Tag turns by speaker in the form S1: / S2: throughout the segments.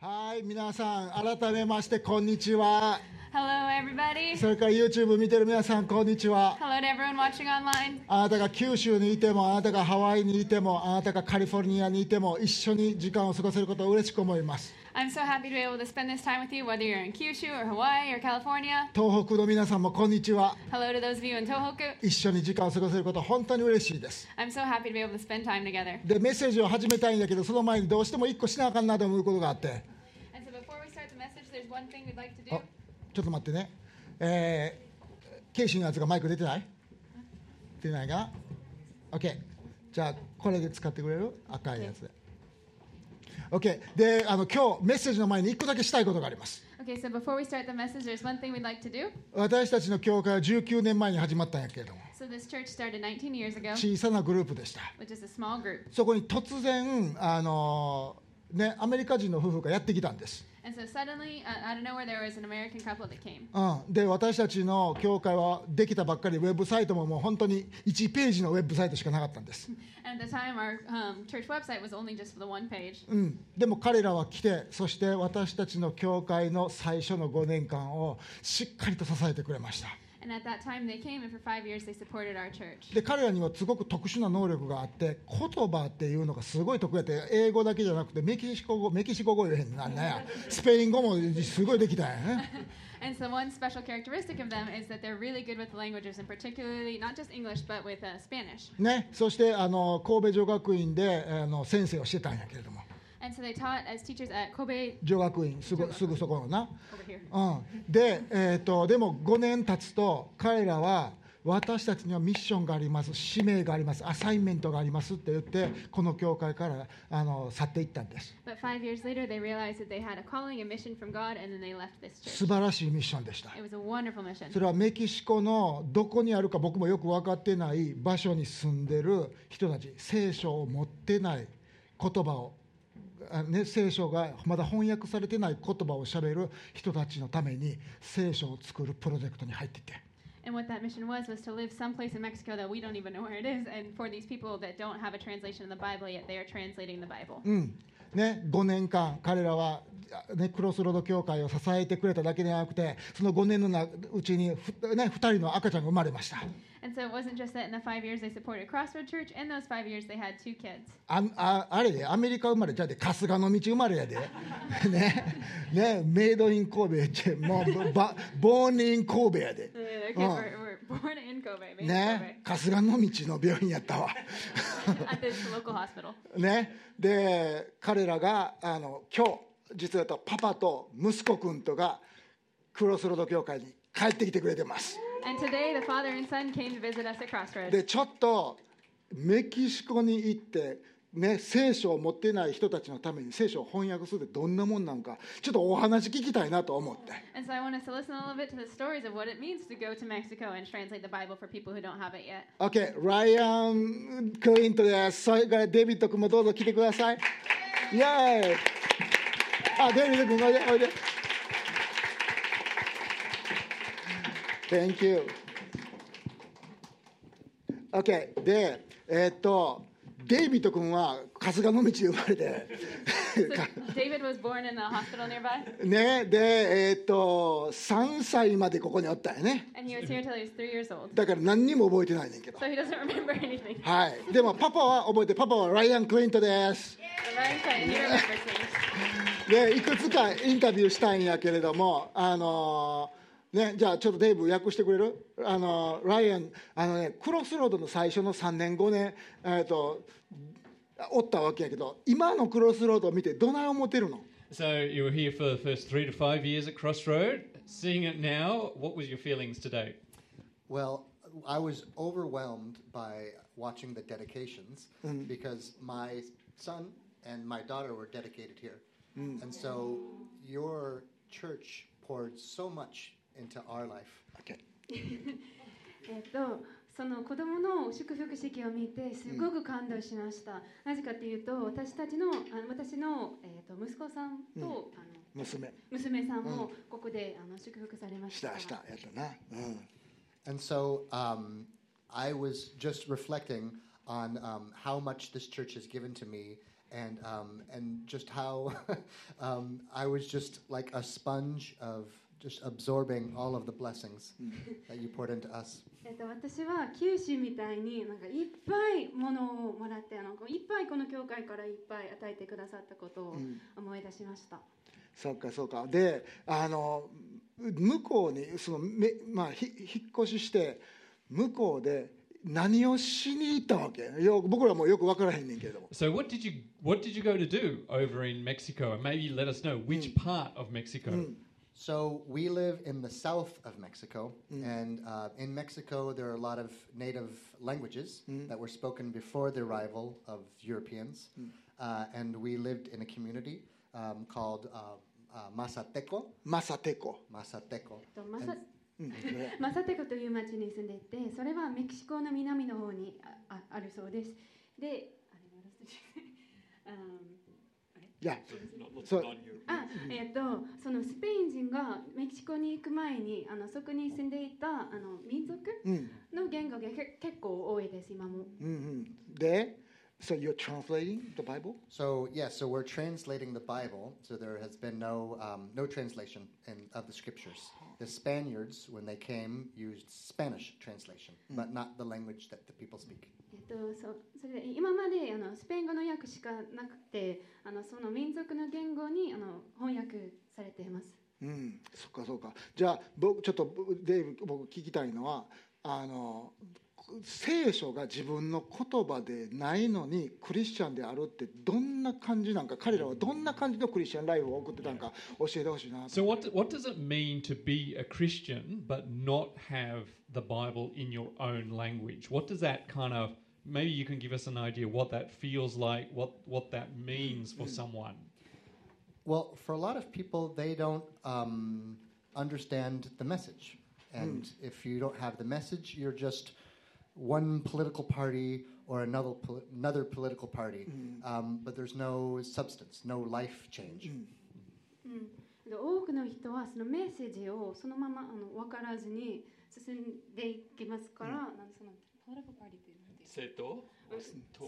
S1: はい、皆さん、改めまして、こんにちは。
S2: Hello, everybody.
S1: それから YouTube 見てる皆さん、こんにちは。
S2: Hello to everyone watching online.
S1: あなたが九州にいても、あなたがハワイにいても、あなたがカリフォルニアにいても、一緒に時間を過ごせることを嬉しく思います。
S2: I'm so happy to be able to spend this time with you, whether you're in Kyushu or Hawaii or California.
S1: 東北の皆さんも、こんにちは。
S2: Hello to those of you in Tohoku.
S1: 一緒に時間を過ごせること、本当に嬉しいです。
S2: I'm so happy to be able to spend time together.
S1: で、メッセージを始めたいんだけど、その前にどうしても一個しなあかんなと思うことがあって、
S2: And so before we start the message, there's one thing we'd like to
S1: あ
S2: do.
S1: ちょっと待ってね。えー、ケイシーのやつがマイク出てない出てないかな ?OK。じゃあ、これで使ってくれる赤いやつで。OK。で、あの、今日メッセージの前に一個だけしたいことがあります。
S2: Okay, so before we start the message, there's one thing we'd like to do.
S1: 私たちの教会は19年前に始まったんやけれども、
S2: So this church started 19 years ago,
S1: 小さなグループでした。
S2: which is a small group.
S1: そこに突然、あのね、アメリカ人の夫婦がやってきたんです。
S2: And so suddenly, uh, out of nowhere, there was an American couple that came.
S1: うん、で私たちの教会はできたばっかりウェブサイトももう本当に1ページのウェブサイトしかなかったんです、
S2: And at the time, our um, church website was only just for the one page.
S1: うん、でも彼らは来てそして私たちの教会の最初の5年間をしっかりと支えてくれました
S2: And at that time, they came, and for five years, they supported our church.
S1: で彼らにはすごく特殊な能力があって言葉っていうのがすごい得意やって英語だけじゃなくてメキシコ語メキシコ語よりなんなんやスペイン語もすごいできたんやね
S2: And so one special characteristic of them is that they're really good with the languages, and particularly not just English, but with uh, Spanish.
S1: ねそしてあの神戸女学院であの先生をしてたんやけれども
S2: And so they taught as teachers at Kobe
S1: 女学院すぐすぐそこのな
S2: over here.
S1: うん、で、えー、とでも5年経つと彼らは私たちにはミッションがあります使命がありますアサインメントがありますって言ってこの教会からあの去っていったんです
S2: But five years later, they realized that they had a calling, a mission from God, and then they left this
S1: 素
S2: church.
S1: 晴らしいミッションでした
S2: It was a wonderful mission.
S1: それはメキシコのどこにあるか僕もよく分かってない場所に住んでる人たち聖書を持ってない言葉をあね、聖書がまだ翻訳されてない言葉をしゃべる人たちのために聖書を作るプロジェクトに入ってて
S2: And what that mission was was to live someplace in Mexico that we don't even know where it is, and for these people that don't have a translation of the Bible yet, they are translating the Bible.
S1: うんね、5年間彼らは、ね、クロスロード教会を支えてくれただけではなくてその5年のなうちにふ、ね、2人の赤ちゃんが生まれました。
S2: And so it wasn't just that in the five years they supported Crossroad Church, in those five years they had two kids.
S1: あああれでアメリカ生まれちゃうで春日の道生まれやで ねねメイドイン神戸やっちゃもうば ボーンイン神戸やで
S2: Yeah, their kids
S1: Oh.
S2: were, were born in Kobe, made in
S1: ね春日の道の病院やったわ
S2: Kobe, at this local hospital.
S1: ねで彼らがあの今日実はとパパと息子くんとがクロスロード教会に帰ってきてくれてます
S2: And today, the father and son came to visit us at Crossroads.
S1: でちょっとメキシコに行って、ね、聖書を持ってない人たちのために聖書を翻訳するってどんなもんなんかちょっとお話聞きたいなと思って
S2: And so I want us to listen a little bit to the stories of what it means to go to Mexico and translate the Bible for people who don't have it yet.
S1: OK ライアン・クイントですそれからデビッド君もどうぞ来てくださいイエーイあデビッド君おいでおいで Thank you OK でえーっとデイビッド君は春日の道で生まれて
S2: So David was born in a hospital nearby,
S1: ねでえーっと3歳までここにおったんやね
S2: and he was here until he was three years old.
S1: だから何にも覚えてないねんけど
S2: So he doesn't remember anything.
S1: はいでもパパは覚えてパパはライアン・クイントです、
S2: But Ryan said he remembers things.
S1: でいくつかインタビューしたんやけれども、あのーね、じゃあちょっとデイブ訳してくれる、あのーライアンあの、ね、クロスロードの最初の3年5年、えー、とおったわけやけど今のクロスロードを見てどない思ってるの
S3: So you were here for the first three to five years at Crossroad. Seeing it now, what was your feelings today?
S4: Well, I was overwhelmed by watching the dedications because my son and my daughter were dedicated here. And so your church poured so much into our life.
S5: えっと、その子供の祝福式を見てすごく感動しました、なぜかというと私たちのあの私の、えっと息子さんと、
S1: うん
S5: あの
S1: 娘
S5: 娘さんもここで、あの祝福されまし
S1: したたしたやったな、うん、
S4: And so um, I was just reflecting on um, how much this church has given to me and um, and just how um, I was just like a sponge of just absorbing all of the blessings that you poured into us.
S2: えっと、私は九州みたいになんかいっぱいものをもらってあのこういっぱいこの教会からいっぱい与えてくださったことを思い出しました、
S1: そうかそうかであの向こうにそのめ、まあ、ひ引っ越しして向こうで何をしに行ったわけよ僕らもよく分からへんねんけれども
S3: So what did you what did you go to do over in Mexico? And maybe let us know which part of Mexico.
S1: Hmm.
S4: So we live in the south of Mexico, and uh, in Mexico there are a lot of native languages that were spoken before the arrival of Europeans, uh, and we lived in a community um, called uh, uh, Mazateco.
S1: マサテコ、
S4: Mazateco.
S2: えっと、マサ
S1: うん ね
S2: マサテコという町に住んでいてそれはメキシコの南の方にあああるそうです であれ鳴らすあ
S1: いやそう
S2: あえっ、とそのスペイン人がメキシコに行く前にあのそこに住んでいたあの民族
S1: うん
S2: の言語がけ結構多いです今も。
S1: うんうんで So you're translating the Bible?
S4: So yeah, so we're translating the Bible. So there has been no um, no translation in, of the scriptures. The Spaniards, when they came, used Spanish translation, but not the language that the people speak.
S2: えっと、そそれで今まであのスペイン語の訳しかなくてあのその民族の言語にあの翻訳されています
S1: うん、そっかそっかじゃあ僕ちょっとデイブ僕聞きたいのはあの聖書が自分の言葉でないのにクリスチャンであるってどんな感じなんか彼らはどんな感じのクリスチャンライフを送ってたんか教えてほしいな
S3: So what what does it mean to be a Christian but not have the Bible in your own language? What does that kind of maybe you can give us an idea what that feels like, what what that means for someone.
S4: Well, for a lot of people, they don't um, understand the message. And if you don't have the message, you're just one political party or another, pol- another political party. Um, but there's no substance, no life change.
S1: Hmm.
S2: うん、で多くの人はそのメッセージをそのままあの分からずに進んでいきますから、なんそのポリパリっていうのって
S6: 政党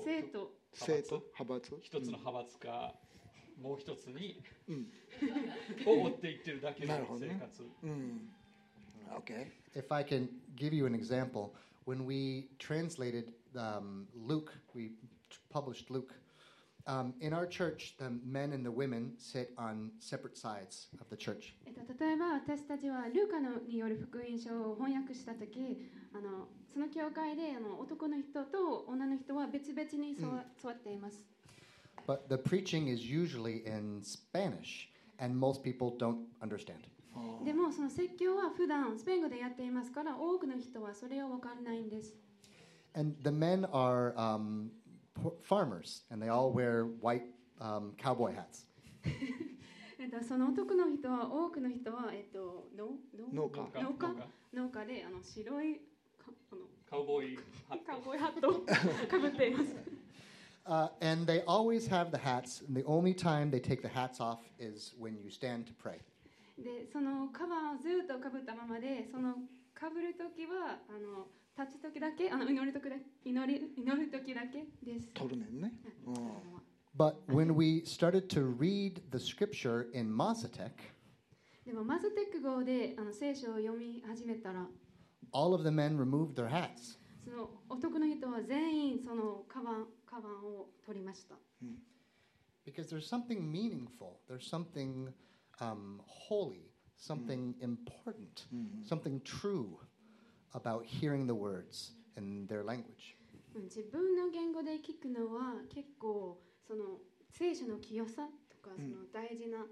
S2: 生徒
S1: 政党派閥
S6: 一つの派閥か、もう一つに、
S1: うん
S6: を追っていってるだけの
S1: なるほど
S6: 生
S1: ね
S6: 活、
S1: うん、うん、OK
S4: If I can give you an example, when we translated um, Luke, we t- published Luke. Um, in our church, the men and the women sit on separate sides of the church.
S2: えっと、例えば私たちはルーカのによる福音書を翻訳した時あのその教会であの男の人と女の人は別々に座,、座っています。
S4: But the preaching is usually in Spanish, and most people don't understand.
S2: でもその説教は普段スペイン語でやっていますから多くの人はそれを分からないんです。
S4: And the men are um, p- farmers, and they all wear white um, cowboy hats.
S2: えっと、その男の人は多くの人は、えっと、農
S1: 農家
S2: 農家
S6: 農家
S2: 農家であの白いかあの
S6: カウボーイハッ
S2: カウ
S6: ト
S2: ボーイハットをかぶっています。
S4: Uh, and they always have the hats, and the only time they take the hats off is when you stand to pray.
S2: でそのカバーをずっとかぶったままでそのかぶる時はあの立つ時だけあの祈る時だ祈り祈る時だけです。
S1: 取るねんね、うん、
S4: But when we started to read the scripture in Mazatec,
S2: でもマズテック語であの聖書を読み始めたら
S4: all of the men removed their hats.
S2: その男の人は全員そのカバンカバンを取りました。
S4: Because there's something meaningful, there's something um, holy, something important, something true about hearing the words in their language.
S2: うん自分の言語で聞くのは結構その聖書の清さとかその大事な、うん、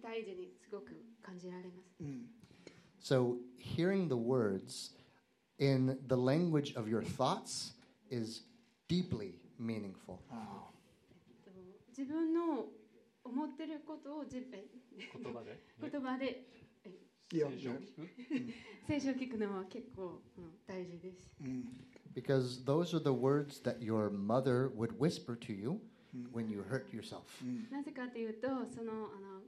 S2: 大事にすごく感じられます。
S4: So, hearing the words in the language of your thoughts is deeply meaningful.
S2: えっと自分の思ってることを自え
S6: 言葉で
S2: 言葉で
S1: いいよ
S6: 聖書を聞く
S2: 聖書を聞くのは結構、うん大事です。
S4: Because those are the words that your mother would whisper to you when you hurt yourself.
S2: なぜかというとそのあの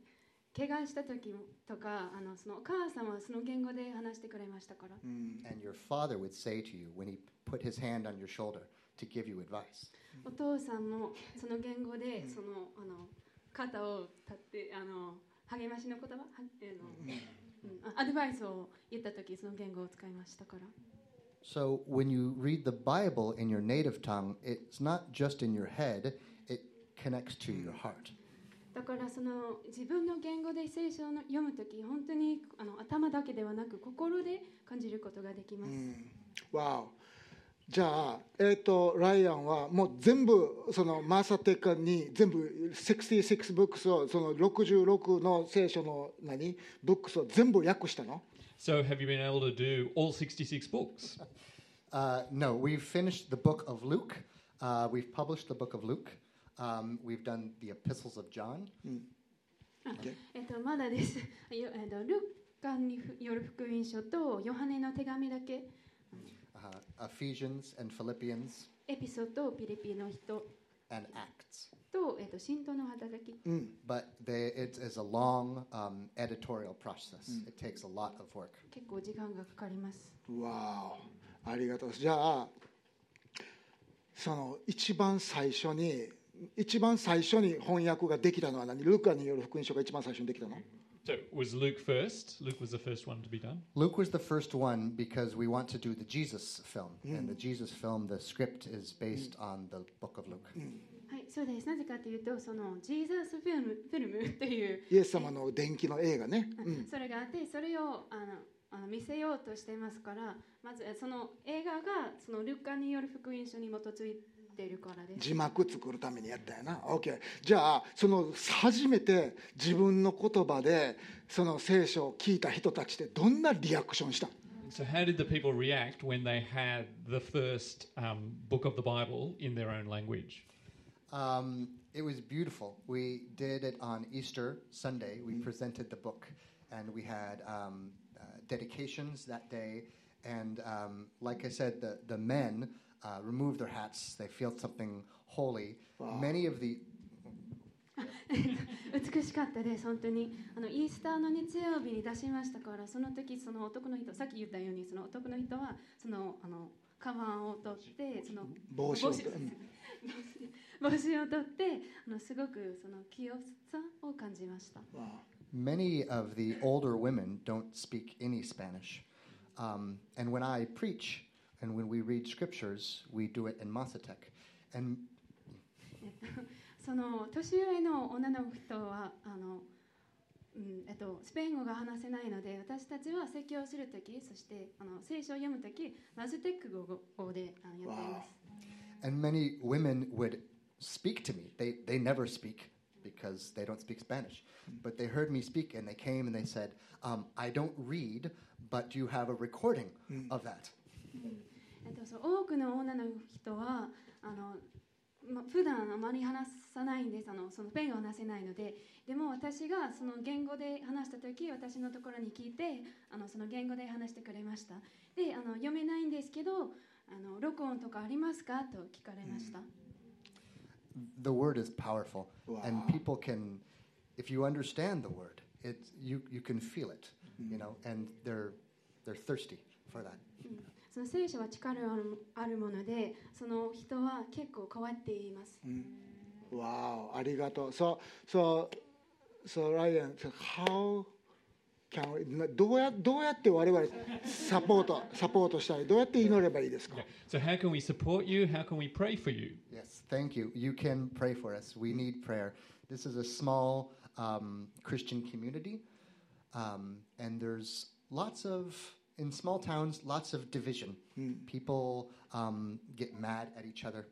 S2: 怪我した時とかあのそのお母さんはその言語で話してくれましたから。
S4: And your father would say to you when he put his hand on your shoulder, to give you advice.
S2: お父さんもその言語でそのあの肩を立ってあの励ましの言葉はえーの、うんあアドバイスを言った時その言語を使いましたから
S4: So when you read the Bible in your native tongue, it's not just in your head, it connects to your heart.
S2: だからその自分の言語で聖書を読む時本当にあの頭だけではなく心で感じることができます、
S1: わおじゃあ、えー、とライアンはもう全部そのマーサテカに全部66ブックスをその66の聖書の何ブックスを全部訳したの
S3: So, have you been able to do all 66 books?
S4: Uh, no, we've finished the book of Luke. Uh, we've published the book of Luke. Um, we've done the epistles of John.
S2: えっと、まだです。 よえっと、ルカによる福音書とヨハネの手紙だけ、
S4: uh, Ephesians and Philippians
S2: エピソード、ピリピの人
S4: and Acts.
S2: と、えっと、信徒の働き。
S4: But they, it is a long um, editorial process. It takes a lot of work.
S2: 結構時間がかかります。
S1: わおありがとうじゃあその一番最初に一番最初に翻訳ができたのは何ルカによる福音書が一番最初にできたの
S3: So, was Luke first? Luke was the first one to be done.
S4: Luke was the first one because we want to do the Jesus film. And the Jesus film, the script is based on the book of Luke.
S2: はい、そうです。なぜかというと、そのジーザスフィルムフィルムという、
S1: イエス様の伝記の映画ね、うん
S2: それがあって、それをあのあの見せようとしていますから、まずえその映画がそのルカによる福音書に基づいているからです。
S1: 字幕作るためにやったんやな OK じゃあその初めて自分の言葉でその聖書を聞いた人たちってどんなリアクションしたん
S3: So, how did the people react when they had the first um, book of the Bible in their own language?
S4: Um, it was beautiful. We did it on Easter Sunday. We presented the book, and we had um, uh, dedications that day. And um, like I said, the the men uh, removed their hats. They felt something holy. Many of the
S2: 美しかったです、本当に。あのイースターの日曜日に出しましたから、その時その男の人、さっき言ったように、その男の人は、その、あの、カバンを取って、その、
S1: 帽子を
S2: 帽子
S1: うん
S2: 帽子を取って、あのすごくその清さを感じました。
S4: many of the older women don't speak any Spanish. Um, and when I preach and when we read scriptures, we do it in Mazatec. And
S2: その年上の女の人はあの、うんえっと、スペイン語が話せないので私たちは説教するときそしてあの聖書を読むときマズテック語であのやっています
S4: And many women would speak to me. They, they never speak because they don't speak Spanish. But they heard me speak and they came and they said, um, I don't read, but do you have a recording of that?
S2: えっと、そう多くの女の人はあの、ま、普段あまり話さないんですあのそのペンが話せないのででも私がその言語で話した時私のところに聞いてあのその言語で話してくれましたであの読めないんですけどあの録音とかありますかと聞かれました、
S4: The word is powerful. And
S1: Wow.
S4: people can, if you understand the word, it's, you, you can feel it, you know, and they're, they're thirsty for that.
S2: その聖書は力あるあるものでその人は結構変わっています、
S1: Wow, ありがとう。So, so, so Ryan, so how can we, どうやどうやって我々サポートサポートしたり、どうやって祈ればいいですか
S3: So, how can we support you? How can we pray for you?
S4: Yes, thank you. You can pray for us. We need prayer. This is a small um, Christian community, um, and there's lots of, in small towns, lots of division. People um, get mad at each other,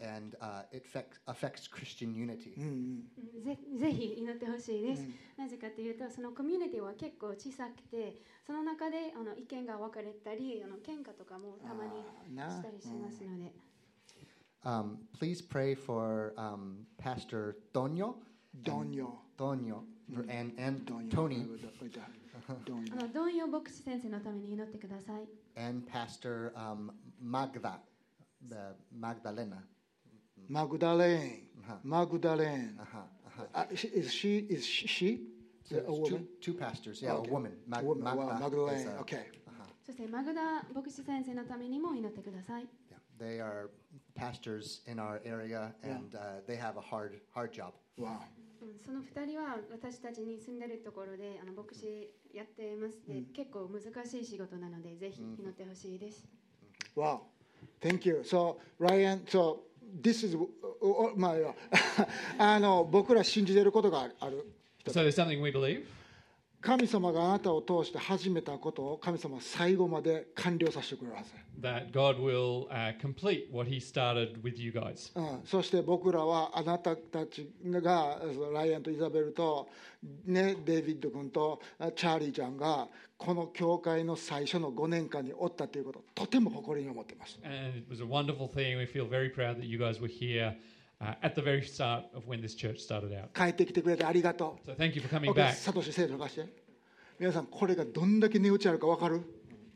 S4: and uh, it affects, affects Christian unity.
S1: Hmm.
S2: うんぜぜひ祈ってほしいです、なぜかというとそのコミュニティは結構小さくてその中であの意見が分かれたりあの喧嘩とかもたまに
S1: あーな
S2: したりしますので
S4: Um, please pray for um, Pastor Tonio. and-
S1: Tonio.
S4: Tonio. for- And, and
S1: どんよ
S4: Tony
S1: どんよ
S2: あのドンヨ牧師先生のために祈ってください
S4: and Pastor um, Magda, the Magdalena.
S1: マグダレーン
S4: は、
S1: マグダレーン。
S4: Uh-huh, uh-huh.
S1: あ she- is she is she a
S4: So it's
S1: woman?
S4: two, two pastors, yeah,
S1: Okay.
S4: a woman. Mag-
S1: woman, wow,
S4: Magda is
S1: Magdalene.
S4: a-
S1: Okay.
S2: そしてマグダ牧師先生のためにも祈ってください
S4: yeah, they are pastors in our area, and uh, they have a hard hard job.
S1: わ
S5: うんその2人は私たちに住んでるところであの牧師やってますで、結構難しい仕事なのでぜひ祈ってほしいです、
S1: おわお Thank you. So, Ryan, so this is, おおまあいいわ あの、僕ら信じてることがある。
S3: So there's something we believe.
S1: 神様があなたを通して始めたことを神様は最後まで完了させてくれるはず、
S3: that God will uh, complete what He started with you guys.
S1: うん、そして僕らはあなたたちがそのライアンとイザベルと、ね、デイビッド君とあチャーリーちゃんがこの教会の最初の5年間におったということをとても誇りに思ってます
S3: And it was a wonderful thing. We feel very proud that you guys were here uh, at the very start of when this church started out.
S1: 帰ってきてくれてありがと
S3: So thank you for
S1: う
S3: coming
S1: 僕
S3: back.
S1: サトシ生徒がして皆さんこれがどんだけ値打ちあるか分かる、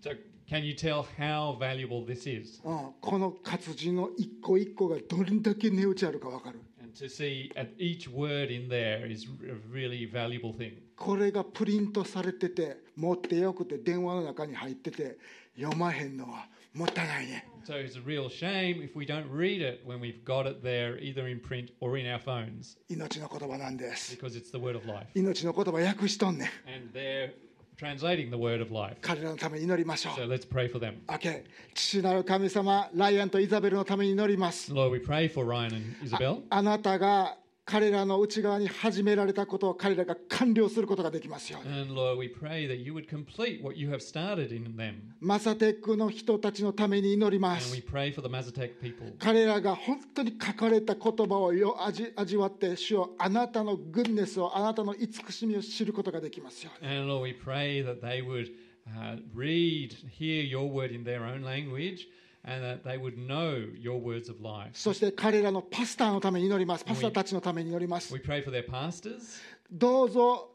S3: So can you tell how valuable this is?
S1: うん、この活字の一個一個がどんだけ値打ちあるか分かる
S3: And to see at each word in there is a really valuable thing.
S1: これがプリントされてて持ってよくて電話の中に入ってて読まへんのはもったいないね
S3: So it's a real shame if we don't read it when we've got it there, either in print or in our phones,
S1: 命の言葉なんです
S3: because it's the word of life.
S1: 命の言葉訳しとんねん
S3: And they're translating the word of life.
S1: 彼らのために祈りましょ
S3: So
S1: う
S3: let's pray for them.
S1: OK 父なる神様ライアンとイザベルのために祈ります、
S3: Lord, we pray for Ryan and Isabel
S1: あなたが彼らの内側に始められたことを彼らが完了することができますように
S3: And Lord, we pray that you would complete what you have started in them.
S1: マサテックの人たちのために祈りま
S3: And
S1: す
S3: we pray for the Mazatec people
S1: 彼らが本当に書かれた言葉をよ味味わって主よあなたのグッネスをあなたの慈しみを知ることができますように
S3: And Lord, we pray that they would uh, read, hear your word in their own language, and that they would know your words of life.
S1: そして彼らのパスターのために祈りますパスターたちのために祈ります
S3: We pray for their pastors.
S1: どうぞ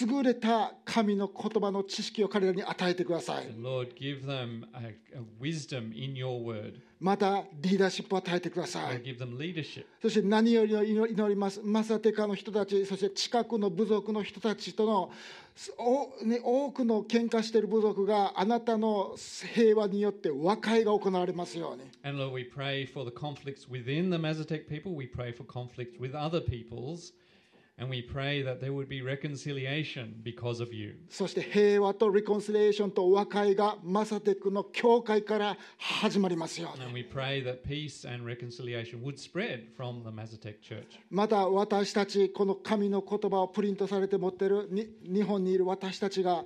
S1: 優れた神の言葉の知識を彼らに与えてください
S3: And Lord, give them a, a wisdom in your word.
S1: またリーダーシップを与えてくださ
S3: Lord,
S1: い
S3: give them leadership.
S1: そして何よりを祈りますマサテカの人たちそして近くの部族の人たちとのお、ね、多くの喧嘩している部族があなたの平和によって和解が行われますように
S3: And Lord, we pray for the conflicts within the Mazatec people. We pray for conflicts with other peoples. And we pray that there would be reconciliation because of you.
S1: そして平和とリコンシレーションと和解がマサテクの教会から始まりますように
S3: And we pray that peace and reconciliation would spread from the Mazatec Church.
S1: また私たちこの神の言葉をプリントされて持ってるに日本にいる私たちが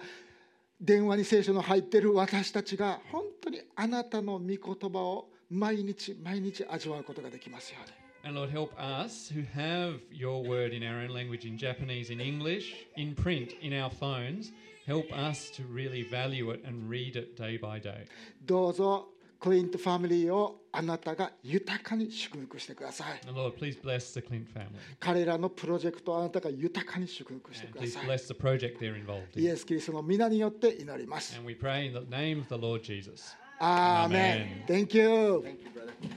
S1: 電話に聖書の入ってる私たちが本当にあなたの御言葉を毎日毎日味わうことができますように
S3: And Lord, help us who have your word in our own language, in Japanese, in English, in print, in our phones. Help us to really value it and read it day by day.
S1: どうぞクリントファミリーをあなたが豊かに祝福してください
S3: And Lord, please bless the Clint family.
S1: 彼らのプロジェクトをあなたが豊かに祝福して
S3: And
S1: くだ
S3: please
S1: さい
S3: bless the project they're involved
S1: イ
S3: in.
S1: エス・キリストの皆によって祈ります
S3: And we pray in the name of the Lord Jesus.
S1: Amen.
S3: Amen.
S1: Thank you.
S4: Thank you, brother.
S1: Thank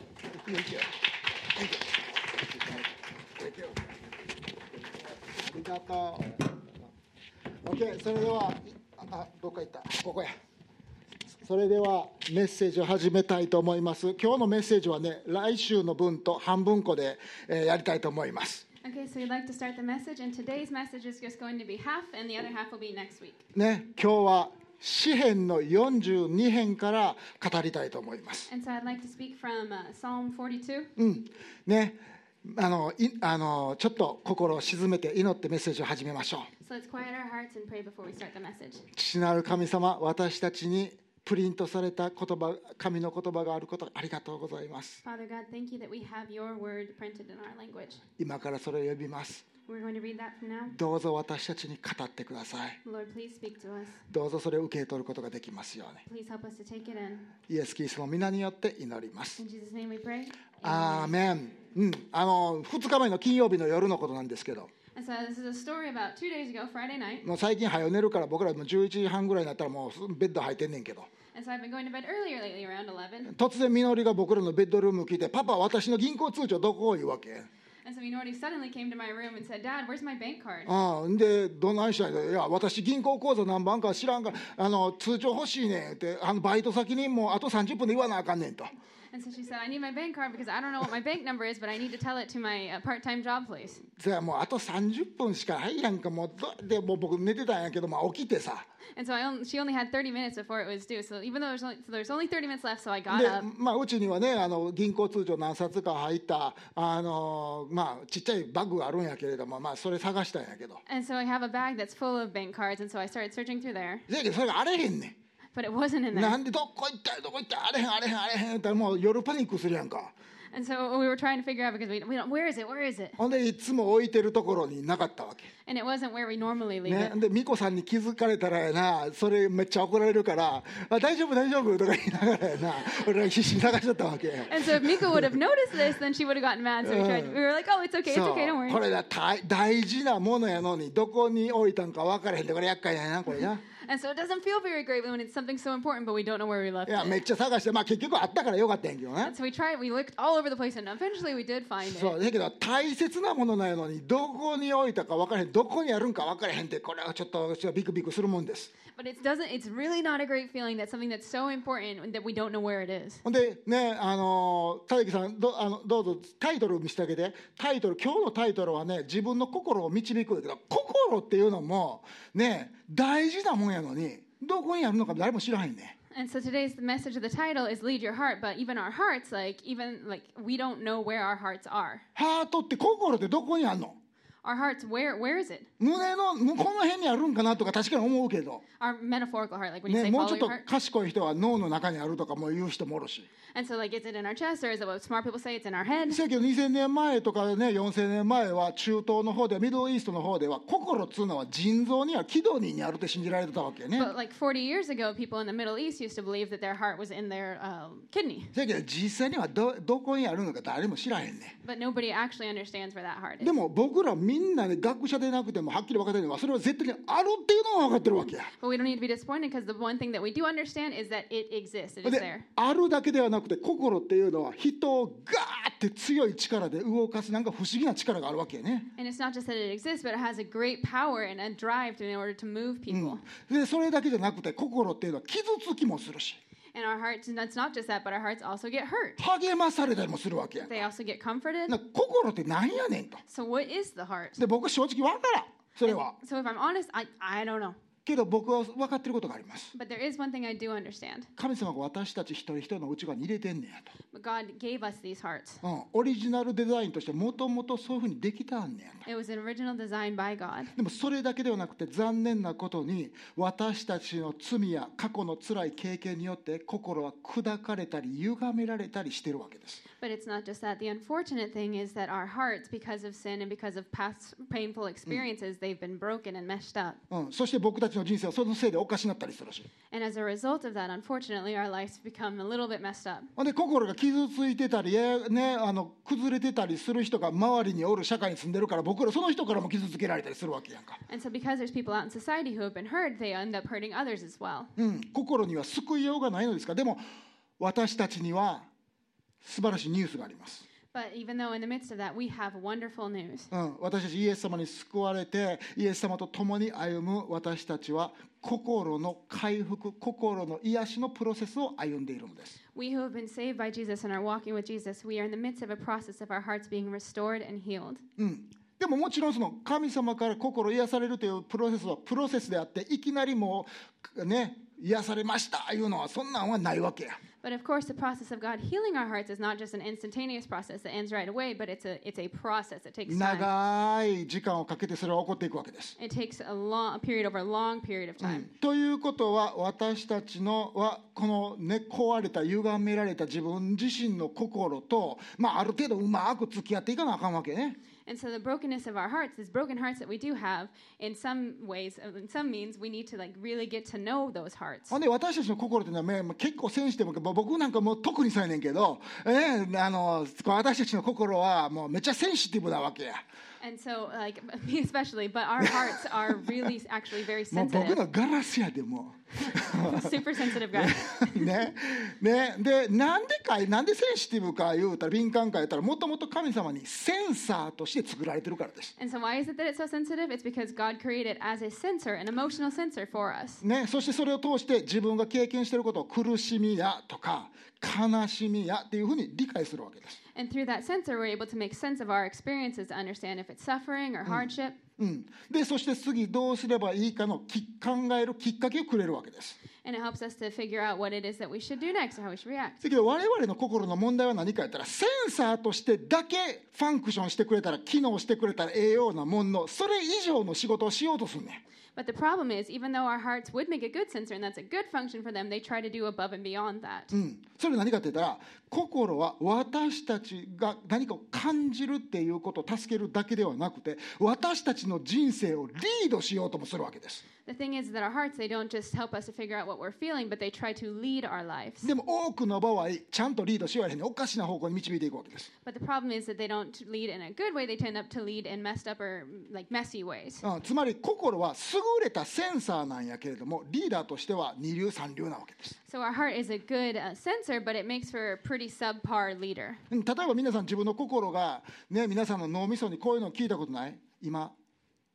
S1: you. Thank you. Thank you. ありがとう。OK、それでは、ああ、どっか行った。ここや。それではメッセージを始めたいと思います。今日のメッセージはね、来週の分と半分個で、えーやりたいと思います。
S2: Okay, so we'd like to start the message, and today's message is just going to be half, and the other half will be next week.
S1: ね、今日は詩編の42編から語りたいと思います。
S2: And so I'd like to speak from uh, Psalm 42.
S1: うん、ねあのいあのちょっと心を静めて祈ってメッセージを始めましょう
S2: So let's quiet our hearts and pray before we start the message.
S1: 父なる神様私たちにプリントされた言葉神の言葉があることありがとうございます
S2: Father God, thank you that we have your word printed in our language.
S1: 今からそれを呼びます
S2: We're going to read that from now.
S1: どうぞ私たちに語ってください
S2: Lord, please speak to us.
S1: どうぞそれを受け取ることができますよう
S2: Please help us to take it in.
S1: にイエス・キリストの皆によって祈ります、
S2: In Jesus' name we pray.
S1: アーメン、うん、あの2日前の金曜日の夜のことなんですけど
S2: And so this is a story about two days ago, Friday night.
S1: もう最近早寝るから僕らもう11時半ぐらいになったらもうベッド入ってんねんけど
S2: And so I've been going to bed earlier lately, around 11.
S1: 突然みのりが僕らのベッドルーム来て「パパ私の銀行通帳どこ?」言うわけ
S2: And so Minority suddenly came to my room and said, Dad, where's my bank card?
S1: ああんでどないしたんやいや私銀行口座何番か知らんからあの通帳欲しいねん」ってあのバイト先にもうあと30分で言わなあかんねんと
S2: And so she said, I need my bank card because I don't know what my bank number is, but I need to tell it to my uh, part time job, please.
S1: そやもうあと30分しか入らんかもうどでもう僕寝てたんやけど、まあ、起きてさ
S2: And so I only, she only had 30 minutes before it was due. So even though there's only, so there's only 30 minutes left, so I
S1: で
S2: got up.、
S1: まあ、うちにはねあの銀行通帳何冊か入ったあの、まあ、ちっちゃいバッグがあるんやけれども、まあ、それ探したんやけど
S2: And so I have a bag that's full of bank cards. And so I started searching through there,
S1: せやけどそれがあれへんね
S2: but it wasn't in
S1: んな
S2: there.
S1: んでどこ行ったどこ行ったあれへんあれへんあれへん言ったらもう夜パニックするやんか
S2: And so we were trying to figure out because we, we don't, where is it? Where is it?
S1: ほんでいつも置いてるところになかったわけ
S2: And it wasn't where we normally leave
S1: ね
S2: it.、
S1: で美子さんに気づかれたらやなそれめっちゃ怒られるから「あ大丈夫大丈夫」とか言いながらやな俺ら必死に探しちゃったわけ
S2: And so if Miko would have noticed this, then she would have gotten mad. So we tried. We were like, "Oh, it's okay,
S1: そ
S2: it's
S1: う
S2: okay, don't worry."
S1: これだ大大事なものやのにどこに置いたんか分からへんでこれ厄介やなこれな
S2: And so it doesn't feel very great when it's something so important, but we don't know where we left
S1: いや
S2: it.
S1: めっちゃ探してまあ結局あったからよかったんやけどな
S2: And so we tried. We looked all over the place, and eventually we did find
S1: そ
S2: it.
S1: うだけど大切なものなんやのにどこに置いたか分からへんどこにあるんか分からへんってこれはちょっと私はビクビクするもんです
S2: But it doesn't. It's really not a great feeling that something that's so important that we don't know where it is.
S1: ほんでねあの田崎さんどあのどうぞタイトル見せてあげてタイトル今日のタイトルはね自分の心を導くんだけど心っていうのもね大事なもんやのにどこにあるのか誰も知らへんね
S2: And so today's message of the title is "Lead Your Heart," but even our hearts, like even like we don't know where our hearts are.
S1: ハートって心ってどこにあるの
S2: Our hearts, where where is it?
S1: 胸のもうこの辺にあるんかなとか確かに思うけど、
S2: Our metaphorical heart, like when you
S1: ね、
S2: say
S1: もうち
S2: "follow
S1: ょっと
S2: your heart."
S1: 賢い人は脳の中にあるとかも言う人もおるし
S2: And so like, is it in our chest, or is it what smart people say? It's in our head.
S1: せやけど2000年前とかね4000年前は中東の方でミドルイーストの方では心っつうのは腎臓にはキドニーにあるって信じられてたわけよね。
S2: But like 40 years ago, people in the Middle East used to believe that their heart was in their um, kidney,
S1: せやけど実際にはどどこにあるのか誰も知らへんね
S2: but nobody actually understands where that heart
S1: ん
S2: is.
S1: でも僕らみんなね学者でなくてもはっきり分かってるのはそれは絶対にあるっていうのは分かってるわけや
S2: But we don't need to be disappointed because the one thing that we do understand is that it exists. It is
S1: で
S2: there.
S1: あるだけではなくて心っていうのは人をガーって強い力で動かすなんか不思議な力があるわけやね
S2: And it's not just that it exists, but it has a great power and a drive to, in order to move people.
S1: でそれだけじゃなくて心っていうのは傷つきもするし
S2: And our hearts, and that's not just that, but our hearts also get hurt.
S1: 励まされたりもするわけやん
S2: They also get comforted.
S1: な心ってなんやねんと
S2: So what is the heart?
S1: で僕正直わからんそれは
S2: So if I'm honest, I, I don't know.
S1: けど僕は分かってることがあります
S2: But there is one thing I do understand.
S1: 神様が私たち一人一人の内側に入れてんねんやと
S2: God gave us these hearts.
S1: うん、オリジナルデザインとしてもともとそういうふうにできたんねや
S2: It was an original design by God.
S1: でもそれだけではなくて残念なことに私たちの罪や過去の辛い経験によって心は砕かれたり歪められたりしてるわけです
S2: But it's not just that. The unfortunate thing is that our hearts, because of sin and because of past painful experiences, they've been broken and meshed up.
S1: うん、そして僕たちの人生はそのせいでおかしになったりするし
S2: And as a result of that, unfortunately, our lives become a little bit messed up.
S1: ほんで心が傷ついてたり、えね、あの崩れてたりする人が周りにおる社会に住んでるから僕らその人からも傷つけられたりするわけやんか、
S2: And so, because there's people out in society who have been hurt, they end up hurting others as well.
S1: うん、心には救いようがないのですがでも私たちには素晴らしいニュースがあります、
S2: But even though in the midst of that, we have wonderful news.
S1: うん、私たちイエス様に救われてイエス様と共に歩む私たちは心の回復心の癒しのプロセスを歩んでいるのです
S2: We who have been saved by Jesus and are walking with Jesus, we are in the midst of a process of our hearts being restored and healed.
S1: でももちろんその神様から心癒されるというプロセスはプロセスであっていきなりもうね癒されましたいうのはそんなんはないわけや
S2: But of course, the process of God healing our hearts is not just an instantaneous process that ends right away, but it's a, it's a process. It takes time.
S1: 長い時間をかけてそれは起こっていくわけです、
S2: It takes a long a period over a long period of time.
S1: ということは私たちのはこのね壊れた歪められた自分自身の心と、まあ、ある程度うまく付き合っていかなあかんわけね
S2: And so the brokenness of our hearts, these broken hearts that we do have, in some ways, in some means, we need to like really get to know those hearts.
S1: ほんで私たちの心っていうのはねまあ結構センシティブまあ僕なんかもう特にそうやねんけど、ええあのこう私たちの心はもうめっちゃセンシティブなわけや。
S2: And so, like me especially, but our hearts are really actually very
S1: もう僕
S2: sensitive,
S1: のガラスやでも
S2: super sensitive guys.
S1: う ねねでなんでかいなんでセンシティブか言うたら敏感か言うたらもともと神様にセンサーとして作られてるからです、
S2: And so, why is it that it's so sensitive? It's because God created it as a sensor, an emotional sensor for us.
S1: ね、そしてそれを通して自分が経験していることを苦しみやとか悲しみやっていうふうに理解するわけです、
S2: And through that sensor, we're able to make sense of our experiences to understand if it's suffering or hardship.
S1: うん、でそして次どうすればいいかのき考えるきっかけをくれるわけです
S2: And it helps us to figure out what it is that we should do next or how we should react.
S1: だけど我々の心の問題は何か言ったらセンサーとしてだけファンクションしてくれたら機能してくれたらええようなもんのそれ以上の仕事をしようとすんね
S2: But the problem is, even though our hearts would make a good sensor and that's a good function for them, they try to do above and beyond that.
S1: ん、うん、それ何かって言ったら心は私たちが何かを感じるっていうことを助けるだけではなくて私たちの人生をリードしようともするわけです
S2: The thing is that our hearts, they don't just help us to figure out what we're feeling, but they try to lead our lives.
S1: でも多くの場合ちゃんとリードしようやへんねんおかしな方向に導いていくわけです
S2: But the problem is that they don't lead in a good way, they tend up to lead in messed up or mm, like messy ways.
S1: うん、つまり心は優れたセンサーなんやけれどもリーダーとしては二流三流なわけです
S2: So our heart is a good uh, sensor, but it makes for a pretty subpar leader.
S1: うん例えば皆さん自分の心が、ね、皆さんの脳みそにこういうのを聞いたことない今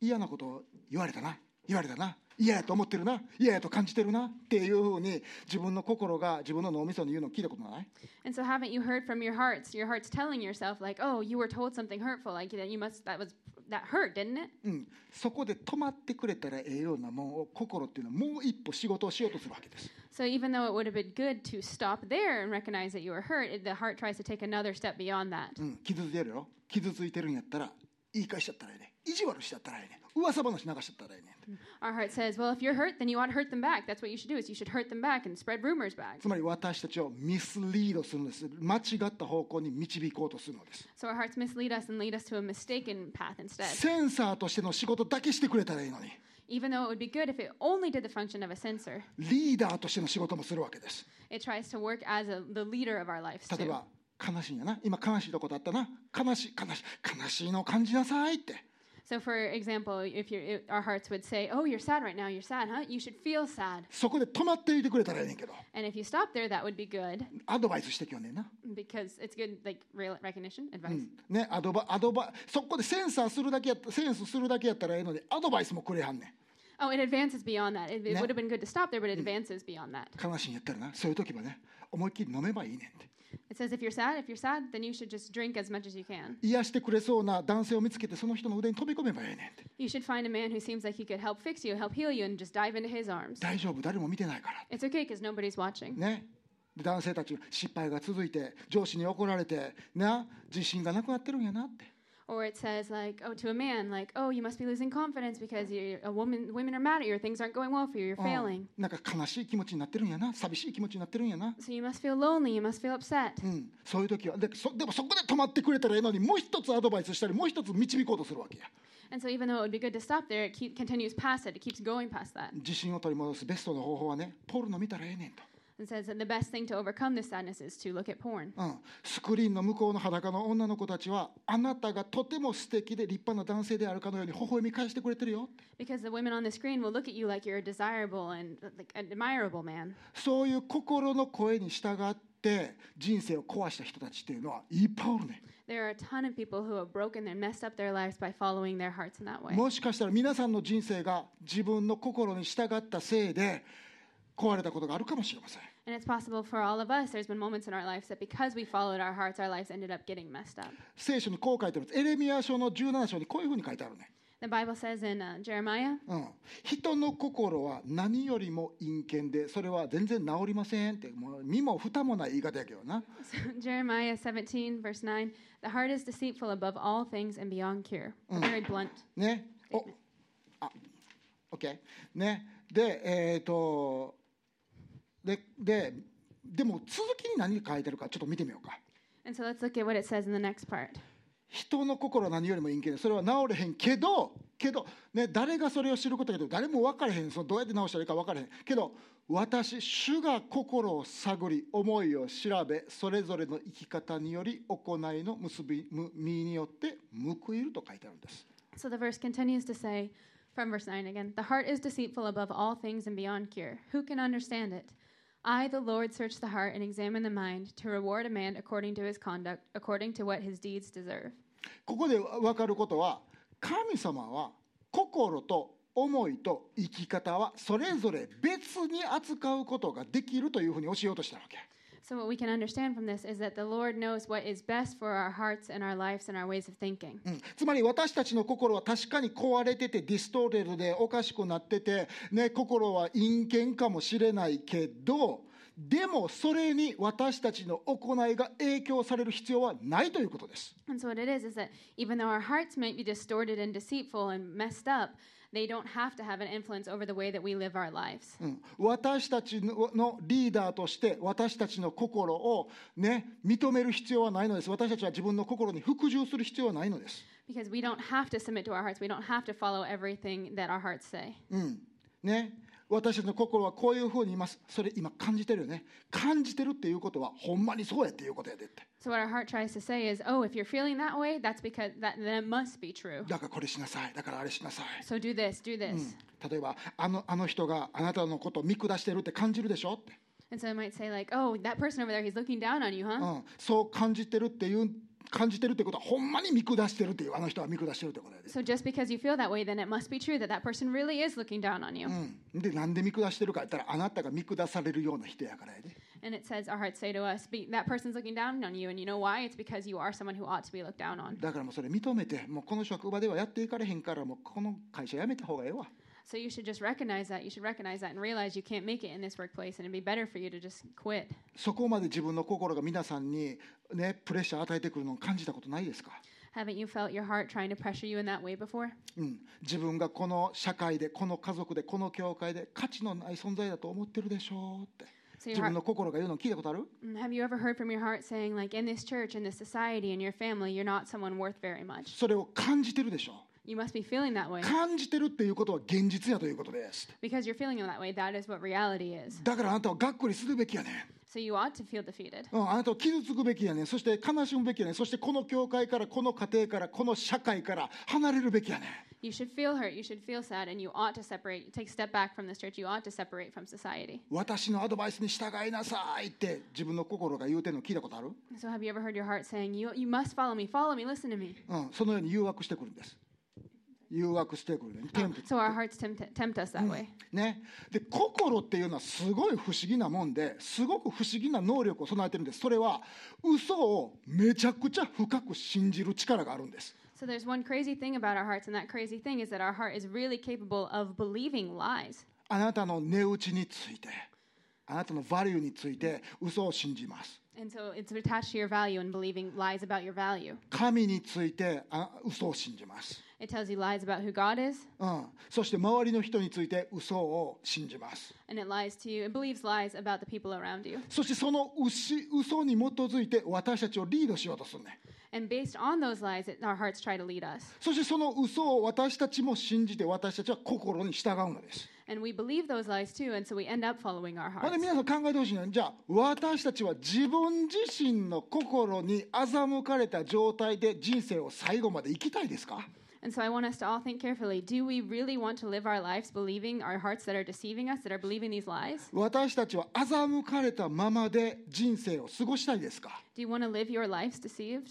S1: 嫌なことを言われたな言われたな嫌やと思ってるな嫌やと感じてるなっていうふうに自分の心が自分の脳みそに言うのを聞いたことない
S2: And so haven't you heard from your hearts? Your heart's telling yourself like, "Oh, you were told something hurtful. Like that you must that was that hurt, didn't it?"
S1: うん、そこで止まってくれたらええようなもんを心っていうのはもう一歩仕事をしようとするわけです
S2: So even though it would have been good to stop there and recognize that you were hurt, it, the heart tries to take another step beyond that.
S1: うん、傷ついてるよ傷ついてるんやったら言い返しちゃったらええねん意地悪しちゃったらええねん噂話流しちゃったらええねん
S2: Our heart says, "Well, if you're hurt, then you ought to hurt them back. That's what you should do. Is you should hurt them back and spread rumors back."
S1: つまり私たちをミスリードするんです間違った方向に導こうとするのです
S2: So our hearts mislead us and lead us to a mistaken path instead.
S1: センサーとしての仕事だけしてくれたらいいのに
S2: Even though it would be good if it only did the function of a sensor,
S1: リーダーとしての仕事もするわけです
S2: it tries to work as a, the leader of our lives
S1: 例え
S2: too.
S1: ば悲しいんやな今悲しいとこだったな悲しい悲しい悲しいのを感じなさいって
S2: So, for example, if you i- our hearts would say, "Oh, you're sad right now. You're sad, huh? You should feel sad."
S1: そこで止まっていてくれたらええねんけど
S2: And if you stop there, that would be good
S1: アドバイスしてきよんねんな
S2: because it's good like real recognition, advice.
S1: ねアドバアドバそこでセンサーするだけやったセンスするだけやったらええのにアドバイスもくれはんねん
S2: Oh, it advances beyond that. It, it
S1: Ne-
S2: would have been good to stop there, but it advances beyond that.
S1: 悲しいんやったらなそういう時はね思いっきり飲めばいいねんって
S2: It says, "If you're sad, if you're sad, then you should just drink as much as you can.
S1: 癒してくれそうな男性を見つけてその人の腕に飛び込めばいいねんって
S2: You should find a man who seems like he could help fix you, help heal you, and just dive into his arms.
S1: 大丈夫誰も見てないから
S2: It's okay because nobody's watching."
S1: ねで男性たち失敗が続いて上司に怒られてな自信がなくなってるんやなって
S2: Or it says like, "Oh, to a man, like, oh, you must be losing confidence because you, a woman, women are mad at you. or Things aren't going well for you. You're
S1: うん
S2: failing."
S1: なんか悲しい気持ちになってるんやな寂しい気持ちになってるんやな
S2: So you must feel lonely, you must feel upset.
S1: うん、そういう時はでそでもそこで止まってくれたらええのにもう一つアドバイスしたりもう一つ導こうとするわけや
S2: And so even though it would be good to stop there, it keep, continues past it. It keeps going past that
S1: 自信を取り戻すベストの方法はねポルノ見たらええねんと、
S2: and says that the best thing to overcome this sadness is to look at porn.
S1: うん、スクリーンの向こうの裸の女の子たちはあなたがとても素敵で立派な男性であるかのように微笑み返してくれてるよ
S2: Because the women on the screen will look at you like you're a desirable and uh, like an admirable man.
S1: そういう心の声に従って人生を壊した人たちっていうのはいっぱいおるね
S2: There are a ton of people who have broken and messed up their lives by following their hearts in that way.
S1: もしかしたら皆さんの人生が自分の心に従ったせいで壊れたことがあるかもしれません
S2: And it's possible for all of us, there's been moments in our lives that because we followed our hearts, our lives ended up getting messed up.
S1: 聖書にこう書いてあるんですエレミア書の17章にこういうふうに書いてあるね
S2: The Bible says in uh, Jeremiah,
S1: うん、人の心は何よりも陰険でそれは全然治りませんってもう身も蓋もない言い方やけどな
S2: Jeremiah 17, verse 9. The heart is deceitful above all things and beyond cure. Very blunt.
S1: ねおあ OK ねでえっ、とでででも続きに何書いてるかちょっと見てみようか
S2: And so let's look at what it says in the next part.
S1: 人の心は何よりも陰険でそれは治れへんけどけど、ね、誰がそれを知ることかというと誰も分からへんそのどうやって直したらいいか分からへんけど私主が心を探り思いを調べそれぞれの生き方により行いの結びむ実によって報いると書いてあるんです
S2: So the verse continues to say, from verse 9 again, the heart is deceitful above all things and beyond cure. Who can understand it? I, the Lord, search the heart and examine the mind to reward a man according to his conduct, according to what his deeds deserve.
S1: ここで分かることは神様は心と思いと生き方はそれぞれ別に扱うことができるというふうに教えようとしたわけ
S2: So, what we can understand from this is that the Lord knows what is best for our hearts and our lives and our ways of thinking.
S1: うんつまり私たちの心は確かに壊れててディストーレルでおかしくなってて、ね、心は陰険かもしれないけどでもそれに私たちの行いが影響される必要はないということです
S2: And so, what it is is that even though our hearts might be distorted and deceitful and messed up, they don't have to have an influence over the way that we live our lives.
S1: うん私たちののリーダーとして私たちの心を、ね、認める必要はないのです私たちは自分の心に服従する必要はないのです
S2: Because we don't have to submit to our hearts. We don't have to follow everything that our hearts say.
S1: ね、私たちの心はこういうふうにいますそれ今感じてるよね感じてるっていうことはほんまにそうやっていうことやでって
S2: So what our heart tries to say is, oh, if you're feeling that way, that's because that then it must be true.
S1: だからこれしなさいだからあれしなさい
S2: So do this, do this.
S1: 例えばあのあの人があなたのことを見下してるって感じるでしょって、
S2: And so I might say like, oh, that person over there, he's looking down on you, huh?
S1: うん、そう感じてるっていう感じてるってことはほんまに見下してるっていうあの人は見下してるってことやで
S2: So just because you feel that way, then it must be true that that person really is looking down on you.
S1: うんでなんで見下してるか言ったらあなたが見下されるような人やからやで
S2: And it says our hearts say to us, be, that person's looking down on you, and you know why? It's because you are someone who ought to be looked down on.
S1: だからもうそれ認めてもうこの職場ではやっていかれへんからもうこの会社辞めた方がええわ
S2: So you should just recognize that. You should recognize that and realize you can't make it in this workplace, and it'd be better for you to just quit.
S1: そこまで自分の心が皆さんに、ね、プレッシャー与えてくるのを感じたことないですか、
S2: Haven't you felt your heart trying to pressure you in that way before?
S1: うん、自分がこの社会でこの家族でこの教会で価値のない存在だと思ってるでしょうって
S2: So
S1: 自
S2: your
S1: 分
S2: heart,
S1: の心が言うのを聞いたことある
S2: Mm, have you ever heard from your heart saying, like, in this church, in this society, in your family, you're not someone worth very much?
S1: それを感じてるでしょ
S2: You must be feeling that way
S1: 感じてるっていうことは現実やということです
S2: because you're feeling that way. That is what reality is.
S1: だからあなたはがっくりするべきやねん
S2: So you ought to feel defeated.
S1: うん、あなたを傷つくべきやねんそして悲しむべきやねんそしてこの教会からこの家庭からこの社会から離れるべきやねん
S2: You should feel hurt. You should feel sad, and you ought to separate. Take a step back from this church. You ought to separate from society.
S1: 私のアドバイスに従いなさいって自分の心が言うてんの聞いたことある、
S2: So have you ever heard your heart saying, "You you must follow me. Follow me. Listen to me."
S1: うん、そのように誘惑してくるんです誘惑してくるね
S2: Oh,
S1: 天
S2: so our hearts tempt, tempt us that way.
S1: ね、で心っていうのはすごい不思議なもんですごく不思議な能力を備えてるんですそれは嘘をめちゃくちゃ深く信じる力があるんです
S2: So there's one crazy thing about our hearts, and that crazy thing is that our heart is really capable of believing lies.
S1: あなたの値打ちについてあなたのバリューについて嘘を信じます
S2: And so it's attached to your value and believing lies about your value.
S1: 神についてあ嘘を信じます、
S2: It tells you lies about who God is,
S1: うん、そして周りの人について嘘を信じます
S2: and it lies to you. It believes lies about the people around you.
S1: そしてその嘘嘘に基づいて私たちをリードしようとするね
S2: And based on those lies, it, our hearts try to lead us.
S1: そしてその嘘を私たちも信じて私たちは心に従うのです
S2: And we believe those lies too, and so we end up following our
S1: ほん
S2: hearts.
S1: で皆さん考えてほしいのはじゃあ私たちは自分自身の心に欺かれた状態で人生を最後まで生きたいですか
S2: And so I want us to all think carefully do we really want to live our lives believing our hearts that are deceiving us, that are believing these lies?
S1: 私たちは欺かれたままで人生を過ごしたいですか
S2: Do you want to live your lives deceived?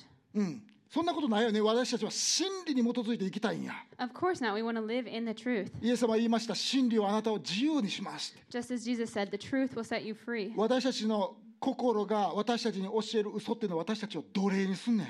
S1: そんなことないよね私たちは真理に基づいて生きたいんや
S2: Of course not. We want to live in the truth.
S1: イエス様は言いました真理はあなたを自由にしますって
S2: Just as Jesus said, the truth will set you free.
S1: 私たちの心が私たちに教える嘘っていうのは私たちを奴隷にすんねん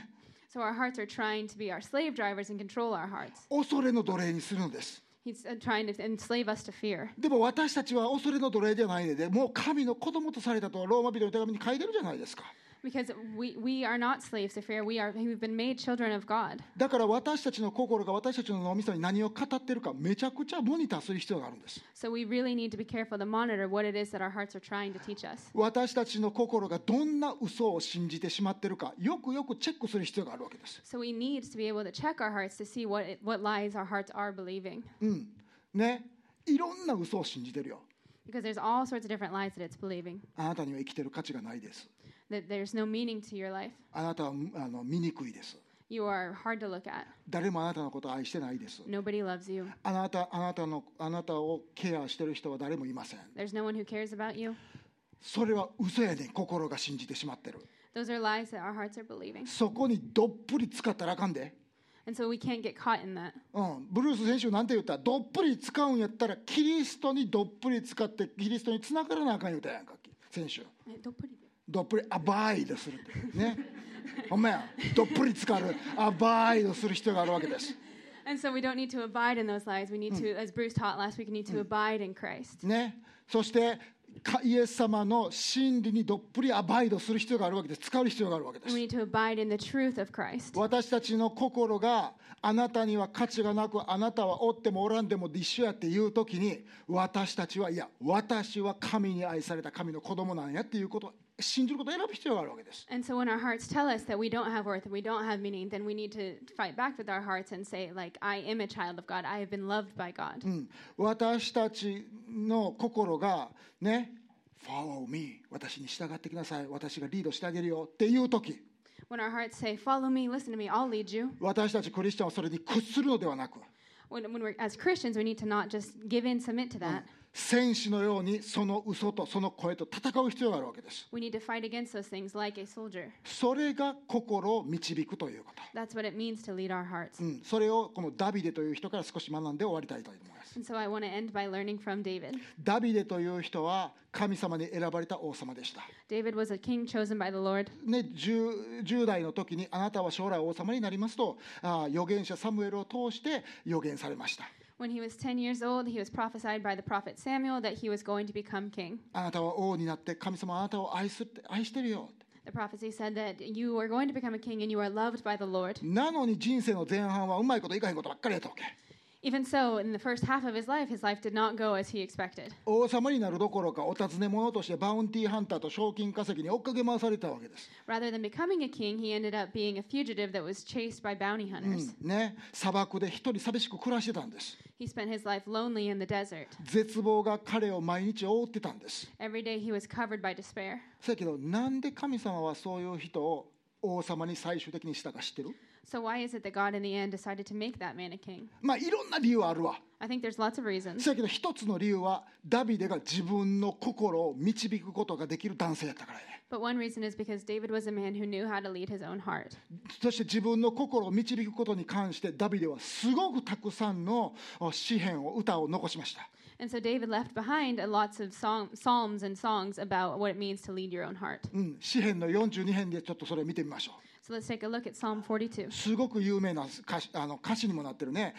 S2: So our hearts are trying to be our slave drivers and control our hearts.
S1: 恐れの奴隷にするのです
S2: He's uh, trying to enslave us to fear.
S1: でも私たちは恐れの奴隷じゃないのでもう神の子供とされたとローマ人の手紙に書いてるじゃないですか
S2: because we, we are not slaves to fear. We are, we've been made children of God.
S1: だから私たちの心が私たちの脳みそに何を語ってるかめちゃくちゃモニターする必要があるんです
S2: So we really need to be careful to monitor what it is that our hearts are trying to teach us.
S1: 私たちの心がどんな嘘を信じてしまってるかよくよくチェックする必要があるわけです、
S2: So we need to be able to check our hearts to see what, it, what lies our hearts are believing.
S1: うん、ねいろんな嘘を信じてるよ
S2: Because there's all sorts of different lies that it's believing,
S1: あなたには生きてる価値がないです
S2: that there's no meaning to your life.
S1: あなたはあの醜いです。
S2: You are hard to look at.
S1: 誰もあなたのことを愛してないです。
S2: Nobody loves you.
S1: あなた、あなたの、あなたをケアしてる人は誰もいません。
S2: There's no one who cares about you.
S1: それは嘘やねん。心が信じてしまってる。
S2: Those are lies that our hearts are believing.
S1: そこにどっぷり使ったらあかんで。
S2: And so we can't get caught in that.
S1: うん、ブルース選手なんて言ったどっぷり使うんやったらキリストにどっぷり使ってキリストに繋がらなあかん言うたやんか選手どっぷりアバイドするってねほんまやどっぷり使うアバイドする必要があるわけです
S2: And so we don't need to abide in those lies. We need to, as Bruce taught last week, we need to abide in Christ.
S1: ね、そしてかイエス様の真理にどっぷりアバイドする必要があるわけです使う必要があるわけで
S2: And we
S1: す
S2: need to abide in the truth of Christ.
S1: 私たちの心があなたには価値がなくあなたはおってもおらんでも一緒やっていう時に私たちはいや私は神に愛された神の子供なんやっていうことを信じることを選ぶ必要があるわけです
S2: And so when our hearts tell us that we don't have worth and we don't have meaning, then we need to fight back with our hearts and say, like, I am a child of God. I have been loved by God.
S1: うん私たちの心がね Follow me 私に従ってきなさい私がリードしてあげるよっていう時
S2: When our hearts say, Follow me, listen to me, I'll lead you.
S1: 私たちクリスチャンはそれに屈するのではなく
S2: When, when we're as Christians, we need to not just give in, submit to that.
S1: 戦士のようにその嘘とその声と戦う必要があるわけです
S2: We need to fight against those things like a soldier.
S1: それが心を導くというこ
S2: That's what it means to lead our hearts.
S1: と、うん、それをこのダビデという人から少し学んで終わりたいと思います
S2: And so I want to end by learning from David.
S1: ダビデという人は神様に選ばれた王様でした、
S2: David was a king chosen by the Lord.
S1: ね、10, 10代の時にあなたは将来王様になりますとあー預言者サムエルを通して預言されました
S2: When he was 10 years old, he was prophesied by the prophet Samuel that he was going to become king.
S1: あなたは王になって神様はあなたを愛すって愛してるよ
S2: The prophecy said that you are going to become a king and you are loved by the Lord.
S1: なのに人生の前半はうまいこといかへんことばっかりやったわけ
S2: Even so, in the first half of his life, his life did not go as he expected.
S1: 王様になるどころかお尋ね者としてバウンティーハンターと賞金稼ぎに追っかけ回されたわけです、
S2: Rather than becoming a king, he ended up being a fugitive that was chased by bounty
S1: う
S2: hunters.
S1: んね、砂漠で一人寂しく暮らしてたんです
S2: He spent his life lonely in the desert.
S1: 絶望が彼を毎日覆ってたんです
S2: Every day he was covered by despair.
S1: そやけどなんで神様はそういう人を王様に最終的にしたか知ってる
S2: So, why is it that God in the end decided to make that man a king?
S1: まあいろんな理由はあるわ
S2: I think there's lots of reasons.
S1: そやけど一つの理由はダビデが自分の心を導くことができる男性やったからやね
S2: But one reason is because David was a man who knew how to lead his own heart.
S1: そして自分の心を導くことに関してダビデはすごくたくさんのお詩篇を歌を残しました
S2: And so David left behind uh, lots of song, psalms and songs about what it means to lead your own heart.
S1: うん、詩篇の42編でちょっとそれを見てみましょ
S2: So let's take a look at Psalm 42.
S1: うすごく有名な歌詞あの歌詞にもなってるね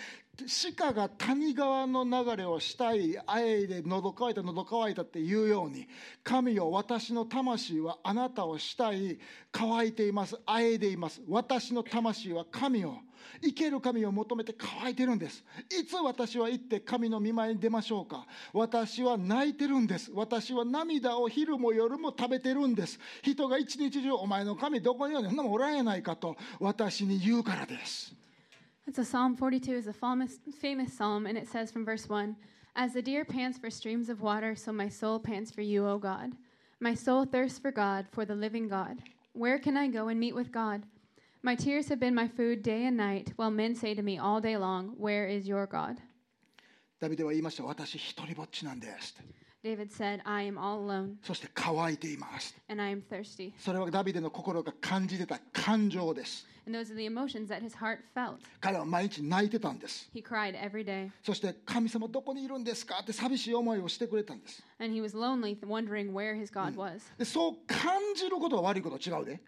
S1: 鹿が谷川の流れをしたいあえで喉乾いた喉乾いたって言うように神よ私の魂はあなたをしたい乾いていますあえでいます私の魂は神を生ける神を求めて乾いてるんですいつ私は行って神の見舞いに出ましょうか私は泣いてるんです私は涙を昼も夜も食べてるんです人が一日中お前の神どこにおるのそんなもんおらんやないかと私に言うからです、
S2: And so Psalm 42 is a famous, famous psalm, and it says from verse 1 As the deer pants for streams of water, so my soul pants for you, O God. My soul thirsts for God, for the living God. Where can I go and meet with God? My tears have been my food day and night, while men say to me all day long, Where is your God?
S1: ダビデは言いました私一人ぼっちなんですって
S2: David said, I am all alone,
S1: そして乾いています
S2: and I am thirsty.
S1: それはダビデの心が感じてた感情です。
S2: And those are the emotions that his heart felt.
S1: 彼は毎日泣いてたんです。
S2: He cried every day,
S1: そして神様どこにいるんですかって寂しい思いをしてくれたんです。
S2: and he was lonely, wondering where his God was.
S1: でそう感じることは悪いこと違うで。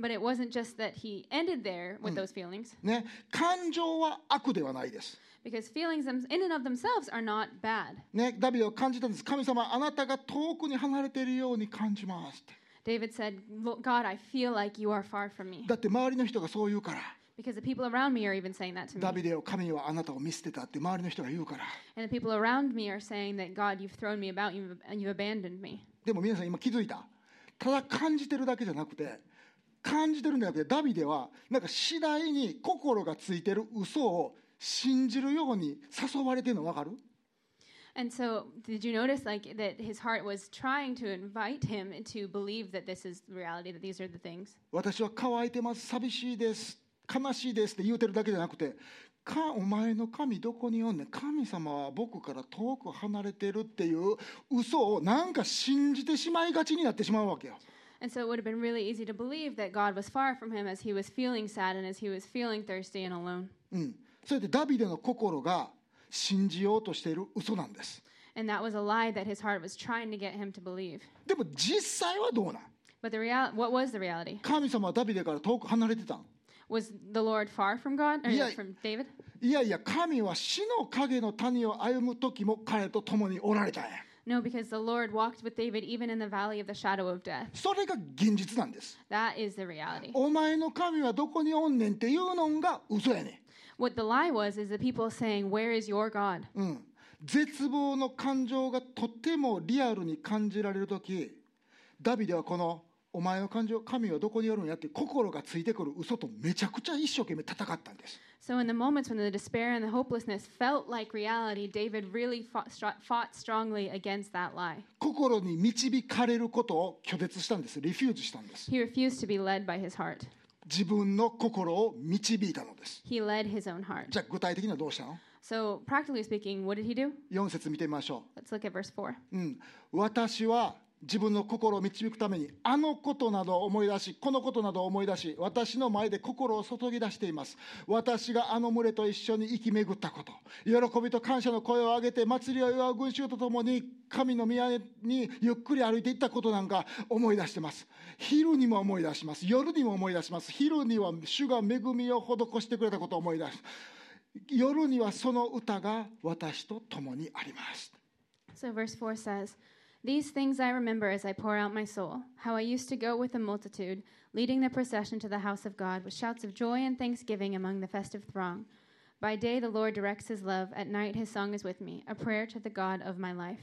S2: But it wasn't just that he ended there with those feelings,
S1: ね。感情は悪ではないです。
S2: because feelings them- in and of themselves are not bad.
S1: ね、ダビデは感じたんです。神様、あなたが遠くに離れているように感じますって。
S2: David said, "Lo- God, I feel like you are far from me.
S1: だって周りの人がそう言うから
S2: Because the people around me are even saying that to
S1: ダビ
S2: me.
S1: デを神はあなたを見捨てたって周りの人が言うから
S2: And the people around me are saying that, God, you've thrown me about you and you've abandoned me.
S1: でも皆さん今気づいたただ感じてるだけじゃなくて感じてるんじゃなくてダビデはなんか次第に心がついてる嘘を信じるように誘われてるの分かる
S2: And so, did you notice like that his heart was trying to invite him to believe that this is reality, that these are the things?
S1: 私は乾いてます寂しいです悲しいですって言うてるだけじゃなくてかお前の神どこにおんねん神様は僕から遠く離れてるっていう嘘をなんか信じてしまいがちになってしまうわけよ
S2: And so it would have been really easy to believe that God was far from him as he was feeling sad and as he was feeling thirsty and alone.
S1: うん、それでダビデの心が信じようとしている嘘なんです
S2: And that was a lie that his heart was trying to get him to believe.
S1: でも実際はどうなん
S2: But the real what was the reality?
S1: 神様はダビデから遠く離れてたん
S2: Was the Lord far from God or
S1: Yeah.
S2: from David?
S1: いやいや神は死の影の谷を歩む時も彼と共におられたんや
S2: No, because the Lord walked with David even in the valley of the shadow of death.
S1: それが現実なんです
S2: That is the reality.
S1: お前の神はどこにおんねんっていうのが嘘やね
S2: What the lie was is the people saying, Where is your God?
S1: ん、うん、絶望の感情がとてもリアルに感じられる時ダビデはこのお前の感情神はどこにおるんやって心がついてくる嘘とめちゃくちゃ一生懸命戦ったんです
S2: So, in the moments when the despair and the hopelessness felt like reality, David really fought, str- fought strongly against that lie.
S1: 心に導かれることを拒絶したんですリフューズしたんです
S2: He refused to be led by his heart,
S1: 自分の心を導いたのです
S2: he led his own heart.
S1: じゃあ具体的にはどうしたの
S2: So, practically speaking, what did he do?
S1: 4節見てみましょ
S2: Let's look at verse 4.
S1: う、うん、私は自分の心を導くためにあのことなどを思い出しこのことなどを思い出し私の前で心を注ぎ出しています私があの群れと一緒に生き巡ったこと喜びと感謝の声を上げて祭りを祝う群衆とともに神の宮にゆっくり歩いていったことなんか思い出してます昼にも思い出します夜にも思い出します昼には主が恵みを施してくれたことを思い出す夜にはその歌が私と共にあります。
S2: So, verse 4 says, These things I remember as I pour out my soul, how I used to go with the multitude, leading the procession to the house of God with shouts of joy and thanksgiving among the festive throng. By day the Lord directs his love, at night his song is with me, a prayer to the God of my life.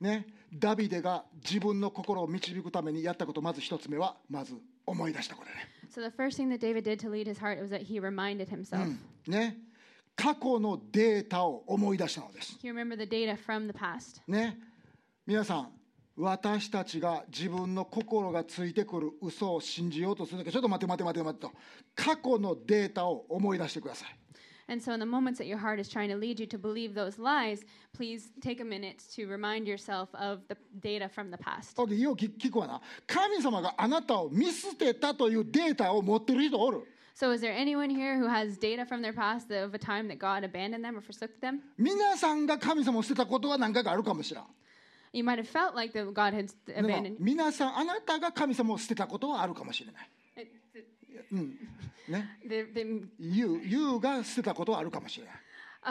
S1: ね、ダビデが自分の心を導くためにやったことまず一つ目はまず思い出したこと
S2: So, the first thing that David did to lead his heart was that he reminded himself.
S1: ねね過去のデータを思い出したのです、
S2: He remembered the data from the past.
S1: ね、皆さん私たちが自分の心がついてくる嘘を信じようとするんだけどちょっと待って待って待って待ってと過去のデータを思い出してください
S2: And so, in the moments that your heart is trying to lead you to believe those lies, please take a minute to remind yourself of the data from the past.
S1: だってよう聞聞くわな神様があなたを見捨てたというデータを持ってる人おる
S2: So, is there anyone here who has data from their past that- of a time that God abandoned them or forsook them?
S1: 皆さんが神様を捨てたことは何回かあるかもしれん
S2: You might have felt like that God had
S1: でも
S2: abandoned
S1: 皆さんあなたが神様を捨てたことはあるかもしれない
S2: it- the-
S1: ね
S2: the-
S1: 言う言うが捨てたことはあるかもしれない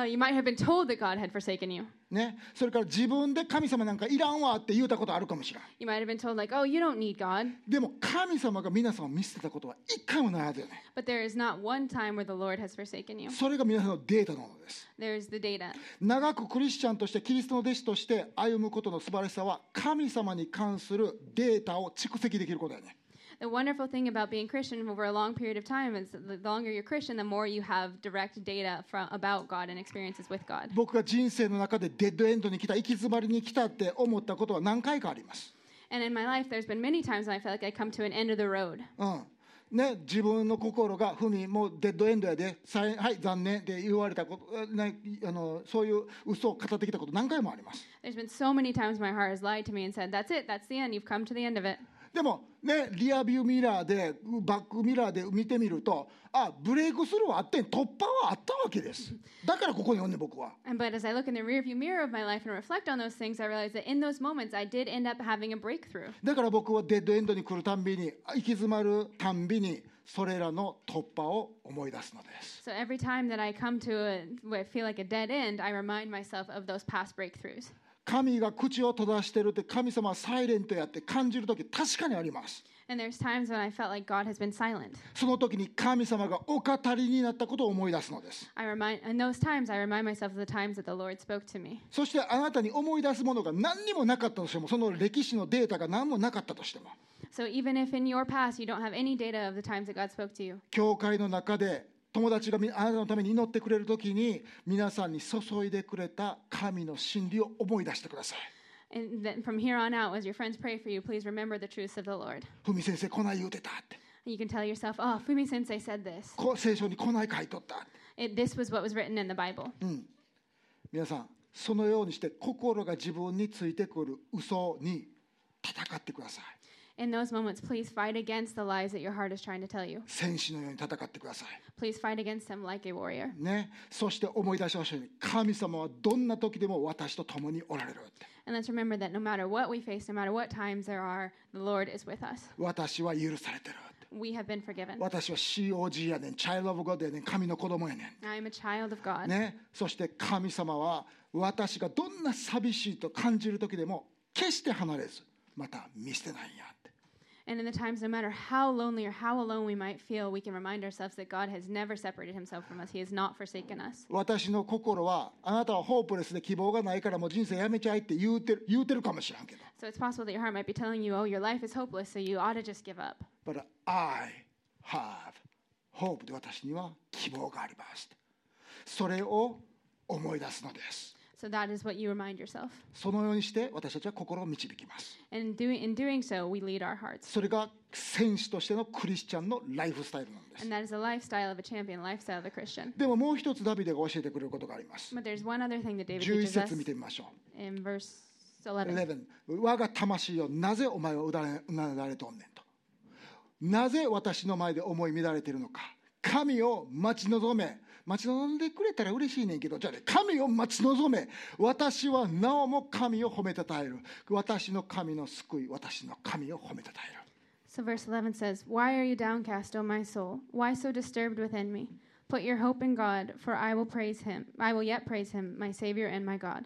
S2: uh, you might have been told that God had forsaken you.
S1: ね、それから自分で神様なんかいらんわって言うたことあるかもしれな
S2: You might have been told, like, oh, you don't need God.
S1: いでも神様が皆さんを見捨てたことは一回もないはずよね
S2: But there is not one time where the Lord has forsaken you.
S1: それが皆さんのデータなのです
S2: There's the data.
S1: 長くクリスチャンとしてキリストの弟子として歩むことの素晴らしさは神様に関するデータを蓄積できることだよね
S2: The wonderful thing about being Christian over a long period of time is that the longer you're Christian, the more you have direct data from about God and experiences with God.
S1: 僕が人生の中でデッドエンドに来た行き詰まりに来たって思ったことは何回かあります、
S2: And in my life, there's been many times when I felt like I come to an end of the road.
S1: うんね、自分の心が「ふみもうデッドエンドやでさいはい残念」って言われたこと、えね、あのそういう嘘を語ってきたこと何回もあります
S2: There's been so many times my heart has lied to me and said, That's it, that's the end, you've come to the end of it.
S1: でも、ね、リアビューミラーでバックミラーで見てみるとあブレイクスルーはあってん突破はあったわけですだからここにおんねん僕は。
S2: And but as I look in the rearview mirror of my life and reflect on those things, I realize that in those moments I did end up having a breakthrough.
S1: だから僕はデッドエンドに来るたんびに行き詰まるたんびにそれらの突破を思い出すのです。
S2: So every time that I come to a, where I feel like a dead end, I remind myself of those past breakthroughs.
S1: 神が口を閉ざしてるって神様はサイレントやって感じる時確かにあります
S2: And there's times when I felt like God has been silent.
S1: その時に神様がお語りになったことを思い出すのです
S2: I remind, in those times, I remind myself of the times that the Lord spoke to me.
S1: そしてあなたに思い出すものが何にもなかったとしてもその歴史のデータが何もなかったとしても
S2: So even if in your past you don't have any data of the times that God spoke to you,
S1: 教会の中で友達がみあなたのために祈ってくれる時に皆さんに注いでくれた神の真理を思い出してください
S2: and then from here on out, as your friends pray for you, please remember the truths of the Lord.
S1: 文先生こない言うてたって
S2: And you can tell yourself, oh, Fumi sensei said this.
S1: こ聖書にこない書いとったって
S2: It, this was what was written in the Bible.
S1: 皆さんそのようにして心が自分についてくる嘘に戦ってください
S2: In those moments, please fight against the lies that your heart is trying to tell you.
S1: 戦士のように戦ってください
S2: Please fight against them like a warrior.
S1: ね、そして思い出してほしいように神様はどんな時でも私と共におられるって
S2: And let's remember that no matter what we face, no matter what times there are, the Lord is with us.
S1: 私は許されてるって
S2: We have been forgiven.
S1: 私は COG やねんチャイルド・オブ・ゴッドやねん神の子供やね
S2: I am a child of God.
S1: ん、ね、そして神様は私がどんな寂しいと感じる時でも決して離れずまた見捨てないんやって
S2: And in the times, no matter how lonely or how alone we might feel, we can remind ourselves that God has never separated himself from us. He has not forsaken us.
S1: 私の心はあなたはホープレスで希望がないからもう人生やめちゃいって言うてる言うてるかもしらんけど
S2: So it's possible that your heart might be telling you, oh, your life is hopeless, so you ought to just give up.
S1: But I have hope で私には希望があります。それを思い出すのです。
S2: So that is what you remind yourself.
S1: そのようにして私たちは心を導きます。
S2: And in doing, in doing so, we lead our hearts.
S1: それが戦士としてのクリスチャンのライフスタイルなんです
S2: And。that is the lifestyle of a champion, lifestyle of a Christian.
S1: でももう一つダビデが教えてくれることがあります。
S2: But there's one other thing that David
S1: 11
S2: teaches us
S1: 節見てみましょ
S2: in verse
S1: う。
S2: 11.
S1: 11我が魂よなぜお前はうだれうなだれとんねんと。なぜ私の前で思い乱れているのか。神を待ち望め。待ち望んでくれたら嬉しいねんけど、じゃあね、神を待ち望め。私はなおも神を褒めたたえる。私の神の救い、私の神を褒めたたえる。
S2: So verse 11 says, Why are you downcast, O my soul? Why so disturbed within me? Put your hope in God, for I will praise him. I will yet praise him, my Savior and my God.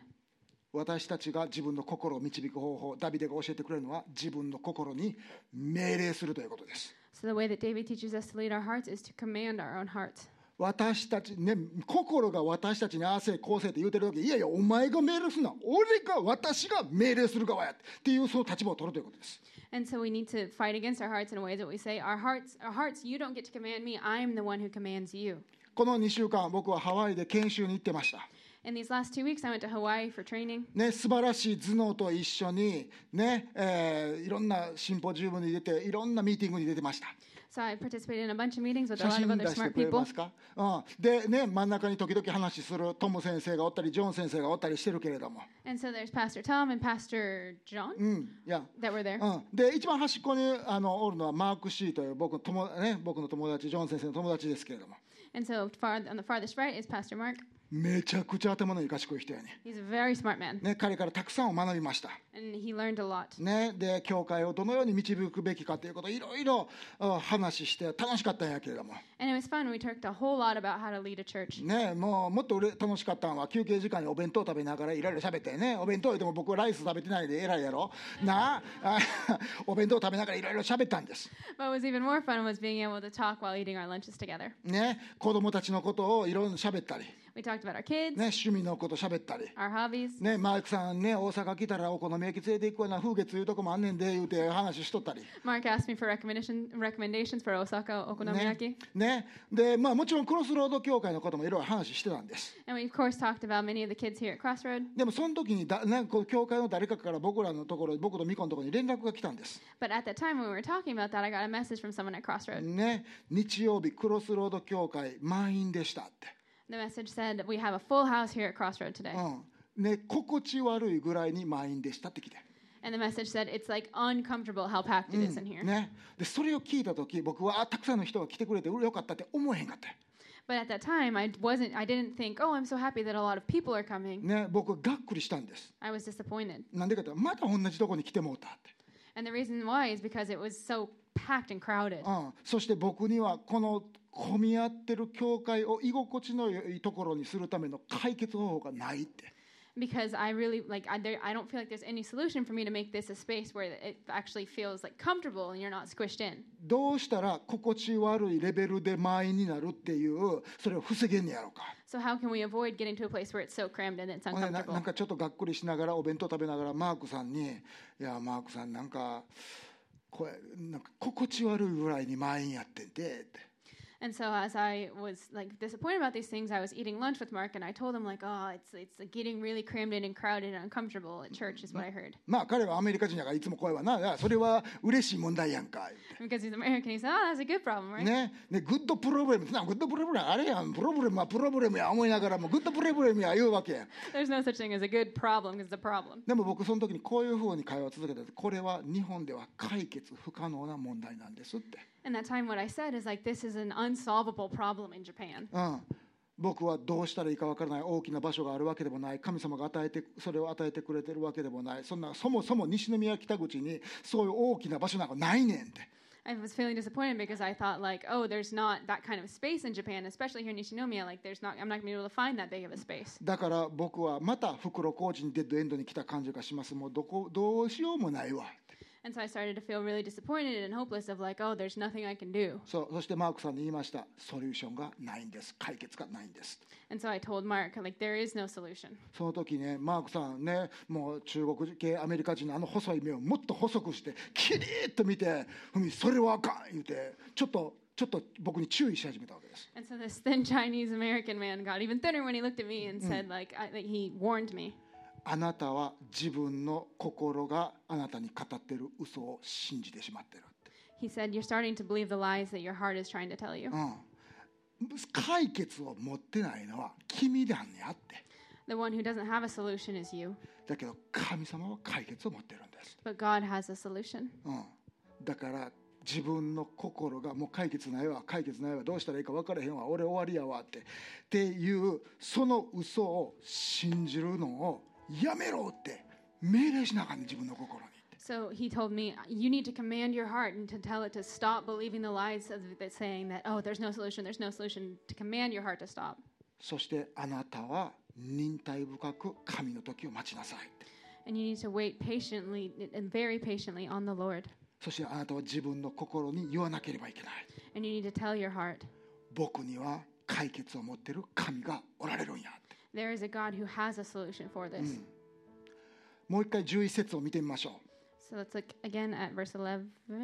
S1: 私たちが自分の心を導く方法、ダビデが教えてくれるのは、自分の心に命令するということです。
S2: So the way that David teaches us to lead our hearts is to command our own hearts.
S1: 私たちね心が私たちにああせいこうせいって言うてる時いやいやお前が命令すんな俺が私が命令する側やっていうその立場を取るということです
S2: And so we need to fight against our hearts in a way that we say, Our hearts, our hearts, you don't get to command me. I'm the one who commands you.
S1: この2週間僕はハワイで研修に行ってました
S2: In these last two weeks, I went to Hawaii for training.
S1: ね素晴らしい頭脳と一緒にね、えーいろんなシンポジウムに出ていろんなミーティングに出てました
S2: So I participated in a bunch of meetings with a
S1: 写
S2: lot
S1: 真
S2: of
S1: 出
S2: other
S1: して
S2: smart
S1: くれ
S2: people.
S1: ますか、うん、でね真ん中に時々話するトム先生がおったりジョン先生がおったりしてるけれども
S2: And so there's Pastor Tom and Pastor John
S1: うんいや
S2: that were there.
S1: うん、で一番端っこにあのおるのはマーク・シーという僕の友,、ね、僕の友達ジョン先生の友達ですけれども
S2: And so far on the farthest right is Pastor Mark.
S1: めちゃくちゃ頭のいい賢い人やね
S2: He's a very smart man,
S1: ね彼からたくさんを学びました、
S2: and he learned a lot.
S1: ね、で教会をどのように導くべきかということをいろいろうん話して楽しかったんやけれども、
S2: And it was fun. We talked a whole lot about how to lead a church.
S1: ね、もうもっとうれ楽しかったのは休憩時間にお弁当食べながらいろいろ喋ってねお弁当言っても僕はライス食べてないで偉いやろなあ お弁当食べながらいろいろ喋ったんです
S2: What was even more fun was being able to talk while eating our lunches together.
S1: ね子供たちのことをいろいろ喋ったり、ね、
S2: We talked about our kids,
S1: 趣味のこと喋ったり
S2: our hobbies.
S1: ね、マークさんね大阪来たらお好み焼き連れて行くわな風月いうとこもあんねんで言うて話しとったり、
S2: Mark asked me for recommendation, recommendations for Osaka
S1: ね
S2: okonomiyaki,
S1: ねでまあ、もちろんクロスロード協会のこともいろいろ話してたんです
S2: and we of course talked about many of the kids here at Crossroad.
S1: でもその時にだ、ね、こう教会の誰かから僕らのところ僕とミコのところに連絡が来たんです、
S2: But at that time when we were talking about that, I got a message from someone at Crossroad.
S1: ね、日曜日クロスロード協会満員でしたって、
S2: The message said, "We have a full house here at Crossroad today,"
S1: Oh. うんね、心地悪いぐらいに満員でしたって来て、
S2: and the message said, "It's like uncomfortable how packed it is in here."
S1: ね、でそれを聞いた時僕はあたくさんの人が来てくれてよかったって思えへんかったよ
S2: But at that time, I wasn't. I didn't think, "Oh, I'm so happy that a lot of people are coming."
S1: ね、僕がっくりしたんです。
S2: I was disappointed,
S1: なんでかってまた同じとこに来てもうたって、
S2: and the reason why is because it was so packed and crowded.
S1: うん、そして僕にはこの混み合ってる教会を居心地のいいところにするための解決方法がないって
S2: because I really like I, there, I don't feel like there's any solution for me to make this a space where it actually feels like comfortable and you're not squished in.
S1: どうしたら心地悪いレベルで満員になるっていうそれを防げんねやろか
S2: So how can we avoid getting to a place where it's so crammed and it's
S1: ほんでなな
S2: uncomfortable?
S1: んかちょっとがっくりしながらお弁当食べながらマークさんに「いやマークさんなんかこれなんか心地悪いぐらいに満員やってんて」って。
S2: And so as I was like disappointed about these things, I was eating lunch with Mark and I told him like, "Oh, it's it's like, getting really crammed in and crowded and uncomfortable at church," is what I heard.
S1: まあ彼はアメリカ人やからいつも声はなだからそれは嬉しい問題やんか言う
S2: Because he's American, he said, "Oh, that's a good problem,
S1: て
S2: right?"
S1: ねねグッドプロブレムってなグッドプロブレムあれやんプロブレムはプロブレムや思いながらもグッドプロブレムや言うわけやん
S2: There's no such thing as a good problem because it's a problem.
S1: でも僕その時にこういうふうに会話を続けててこれは日本では解決不可能な問題なんですって、
S2: And that time, what I said is like, "This is an unsolvable problem in Japan."
S1: うん、僕はどうしたらいいかわからない大きな場所があるわけでもない神様が与えてそれを与えてくれてるわけでもないそんなそもそも西宮北口にそういう大きな場所なんかないねんって。
S2: I was feeling disappointed because I thought like, "Oh, there's not that kind of space in Japan, especially here in Nishinomiya. Like, there's not. I'm not gonna be able to find that big of a space."
S1: だから僕はまた袋小路にデッドエンドに来た感じがしますもうどこどうしようもないわ
S2: And so I started to feel really disappointed and hopeless of like, "Oh, there's nothing I can do."
S1: そうそしてマークさんに言いましたソリューションがないんです解決がないんです
S2: And so I told Mark, like, there is no solution.
S1: その時ねマークさんねもう中国系アメリカ人のあの細い目をもっと細くしてキリッと見て「ふみそれはあかん」言うてちょっとちょっと僕に注意し始めたわけです
S2: And so this thin Chinese American man got even thinner when he looked at me and said, like, I, like, he warned me.
S1: あなたは自分の心があなたに語ってる嘘を信じてしまってるって
S2: He said, You're starting to believe the lies that your heart is trying to tell you.
S1: うん解決を持ってないのは君なんやって
S2: The one who doesn't have a solution is you,
S1: だけど神様は解決を持ってるんです、
S2: but God has a solution.
S1: うん、だから自分の心がもう解決ないわ解決ないわどうしたらいいか分からへんわ俺終わりやわってっていうその嘘を信じるのをやめろって命令しなあかんね自分の心にって
S2: So he told me, You need to command your heart and to tell it to stop believing the lies of that saying that, Oh, there's no solution, there's no solution, to command your heart to stop.
S1: そしてあなたは忍耐深く神の時を待ちなさいって
S2: And you need to wait patiently and very patiently on the Lord.
S1: そしてあなたは自分の心に言わなければいけない
S2: And you need to tell your heart,
S1: 僕には解決を持ってる神がおられるんやって
S2: There is a God who has a solution for this.
S1: もう一回11節を見てみましょ
S2: So let's look again at verse 11.
S1: う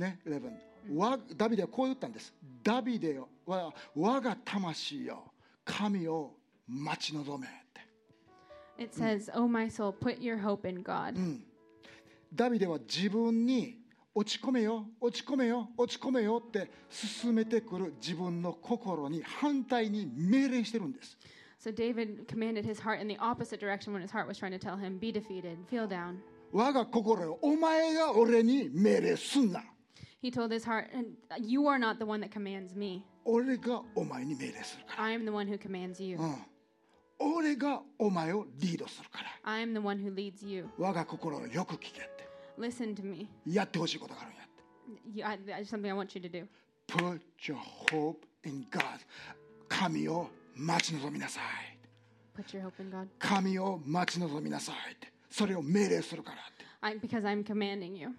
S1: ね11わダビデはこう言ったんですダビデよは我が魂よ神を待ち望めって
S2: It says, Oh, my soul, put your hope in God.
S1: ダビデは自分に落ち込めよ落ち込めよ落ち込めよって進めてくる自分の心に反対に命令してるんです
S2: So David commanded his heart in the opposite direction when his heart was trying to tell him, Be defeated, feel down.
S1: 我が心よお前が俺に命令すんな
S2: He told his heart, "And You are not the one that commands me.
S1: 俺がお前に命令するから
S2: I am the one who commands you.
S1: 俺がお前をリードするから
S2: I am the one who leads you.
S1: 我が心をよく聞けって
S2: Listen to me.
S1: やってほしいことがあるんやって
S2: You, I, there's something I want you to do.
S1: Put your hope in God 神を待ち望みなさい
S2: Put your hope in God.
S1: 神を待ち望みなさいってそれを命令するからって
S2: I, because I'm commanding you.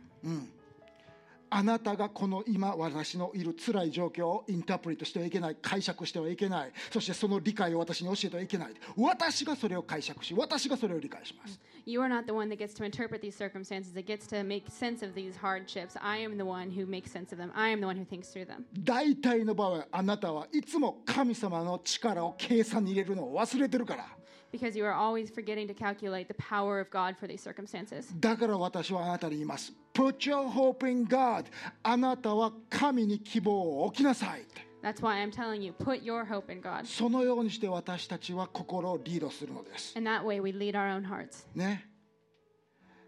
S1: あなたがこの今私のいる辛い状況をインタープリートしてはいけない解釈してはいけないそしてその理解を私に教えてはいけない私がそれを解釈し私がそれを理解します
S2: You are not the one that gets to interpret these circumstances, that gets to make sense of these hardships. I am the one who makes sense of them. I am the one who thinks through them.
S1: 大体の場合あなたはいつも神様の力を計算に入れるのを忘れてるから
S2: Because you are always forgetting to calculate the power of God for these circumstances.
S1: だから私はあなたに言います Put your hope in God あなたは神に希望を置きなさいって
S2: That's why I'm telling you, put your hope in God.
S1: そのようにして私たちは心をリードするのです、
S2: And that way we lead our own hearts.
S1: ね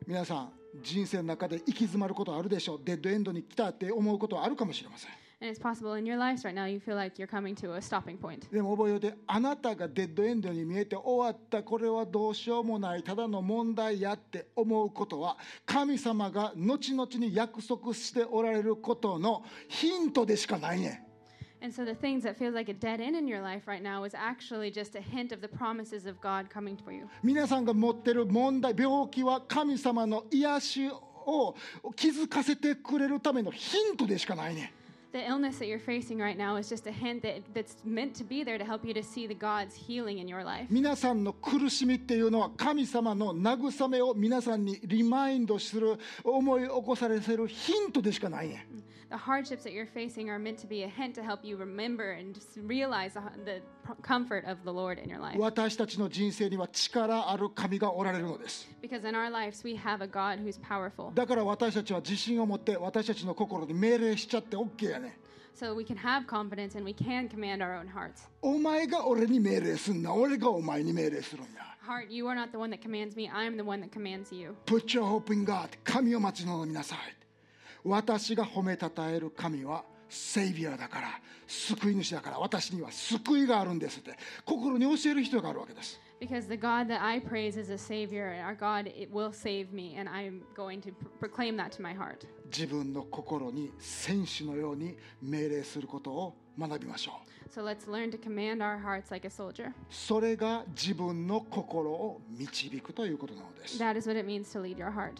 S1: 皆さん人生の中で行き詰まることあるでしょうデッドエンドに来たって思うことはあるかもしれません
S2: And it's possible in your lives right now you feel like you're coming to a stopping point.
S1: でも覚えておいてあなたがデッドエンドに見えて終わったこれはどうしようもないただの問題やって思うことは神様が後々に約束しておられることのヒントでしかないねん
S2: And so the things that feels like a dead end in your life right now is actually just a hint of the promises of God coming to you.
S1: 皆さんが持ってる問題病気は神様の癒しを気づかせてくれるためのヒントでしかないね
S2: The illness that you're facing right now is just a hint that, that's meant to be there to help you to see the God's healing in your life.
S1: 皆さんの苦しみっていうのは神様の慰めを皆さんにリマインドする思い起こされせるヒントでしかないね
S2: The hardships that you're facing are meant to be a hint to help you remember and just realize the, the comfort of the Lord in your life.
S1: 私たちの人生には力ある神がおられるのです
S2: Because in our lives, we have a God who's powerful.
S1: だから私たちは自信を持って私たちの心に命令しちゃって OK やね
S2: So we can have confidence and we can command our own hearts.
S1: お前が俺に命令すんな俺がお前に命令するんだ
S2: Heart, you are not the one that commands me, I am the one that commands you.
S1: Put your hope in God 神を待ち望みなさい私が褒めたたえる神はセイビアだから救い主だから私には救いがあるんですって心に教える人があるわけです
S2: Because the God that I praise is a savior, and our God it will save me, and I'm going to pr- proclaim that to my heart.
S1: 自分の心に戦士のように命令することを学びましょう
S2: So let's learn to command our hearts like a soldier.
S1: それが自分の心を導くということなのです
S2: That is what it means to lead your heart.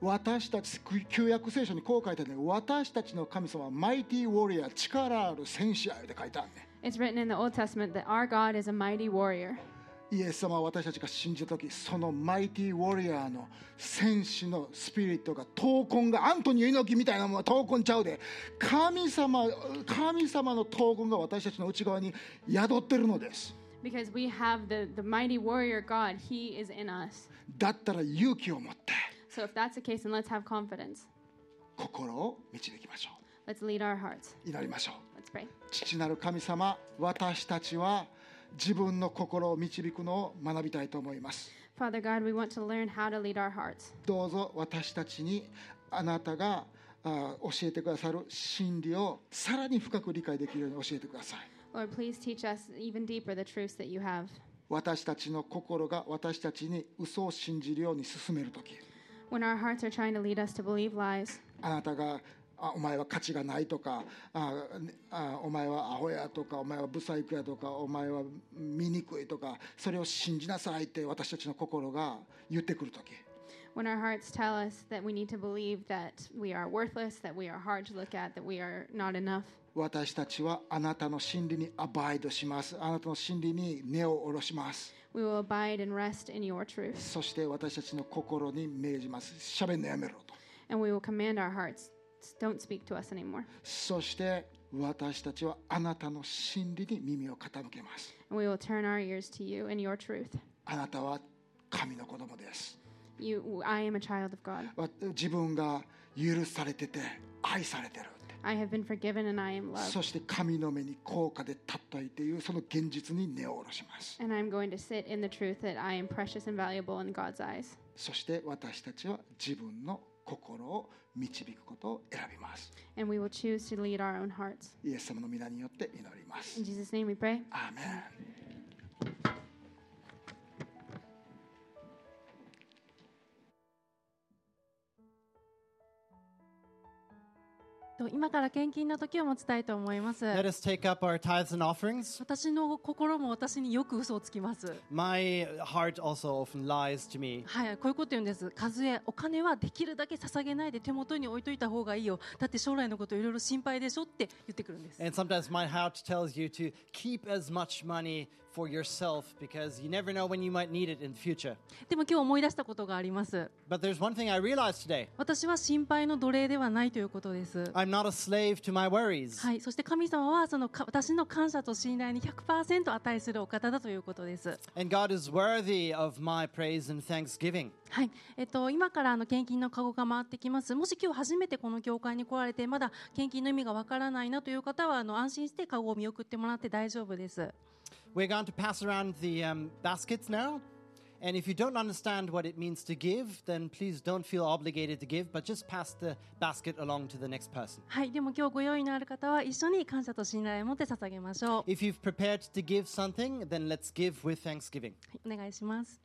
S1: 私たち旧約聖書にこう書いてあるね私たちの神様はマイティーウォリアー力ある戦士あるって書いてあるね
S2: It's written in the Old Testament that our God is a mighty warrior.
S1: イエス様は私たちが信じた時そのマイティーウォリアーの戦士のスピリットが闘魂がアントニオ猪木みたいなものは闘魂ちゃうで神様神様の闘魂が私たちの内側に宿ってるのです
S2: Because we have the, the mighty warrior God, He is in us.
S1: だったら勇気を持って
S2: So if that's the case, then let's have confidence.
S1: 心を導きましょ
S2: Let's lead our hearts.
S1: う祈りましょう
S2: Let's pray.
S1: 父なる神様私たちは自分の心を導くのを学びたいと思います
S2: Father God, we want to learn how to lead our hearts.
S1: どうぞ私たちにあなたがあー教えてくださる真理をさらに深く理解できるように教えてください
S2: Lord, please teach us even deeper the truths that you have.
S1: 私たちの心が私たちに嘘を信じるように進める時
S2: When our hearts are trying to lead us to believe lies,
S1: あなたがあお前は価値がないとかあねあお前はアホやとかお前はブサイクやとかお前は醜いとかそれを信じなさいって私たちの心が言ってくる時
S2: when our hearts tell us that we need to believe that we are worthless, that we are hard to look at, that we are not enough,
S1: 私たちはあなたの真理にアバイドしますあなたの真理に根を下ろします
S2: we will abide and rest in your truth,
S1: そして私たちの心に命じますしゃべんのやめろと
S2: and we will command our hearts, don't speak to us anymore.
S1: そして私たちはあなたの真理に耳を傾けます
S2: And we will turn our ears to you and your truth.
S1: あなたは神の子供です
S2: You, I am a child of God.
S1: わ自分が許されてて愛されてるって
S2: I have been forgiven and I am loved.
S1: そして神の目に高価でたったいというその現実に根を下ろします
S2: And I'm going to sit in the truth that I am precious and valuable in God's eyes.
S1: そして私たちは自分の心を導くことを選びます
S2: And we will choose to lead our own hearts.
S1: イエス様の皆によって祈ります
S2: In Jesus' name we pray.
S1: アーメン
S7: と今から献金の時を持ちたいと思います
S8: Let us take up our tithes and offerings.
S7: 私の心も私によく嘘をつきます
S8: My heart also often lies to me.
S7: はい、こういうこと言うんです。数え、お金はできるだけ捧げないで手元に置いといた方がいいよ。だって将来のこといろいろ心配でしょって言ってくるんです。
S8: And sometimes my heart tells you to keep as much money for yourself because you never know when you might need it in the future.
S7: でも今日思い出したことがあります。
S8: But there's one thing I realized today
S7: 私は心配の奴隷ではないということです。
S8: I'm not a slave to my worries.
S7: はい、そして神様はそのか私の感謝と信頼に100%値するお方だということです。
S8: And God is worthy of my praise and thanksgiving.
S7: はい、えっと今からあの献金のカゴが回ってきます。もし今日初めてこの教会に来られてまだ献金の意味がわからないなという方はあの安心してカゴを見送ってもらって大丈夫です。
S8: We're going to pass around the um, baskets now. And if you don't understand what it means to give, then please don't feel obligated to give, but just pass the basket along to the next person.
S7: はい、でも今日ご用意のある方は一緒に感謝と信頼を持って捧げましょう。
S8: If you've prepared to give something, then let's give with thanksgiving.
S7: はいお願いします。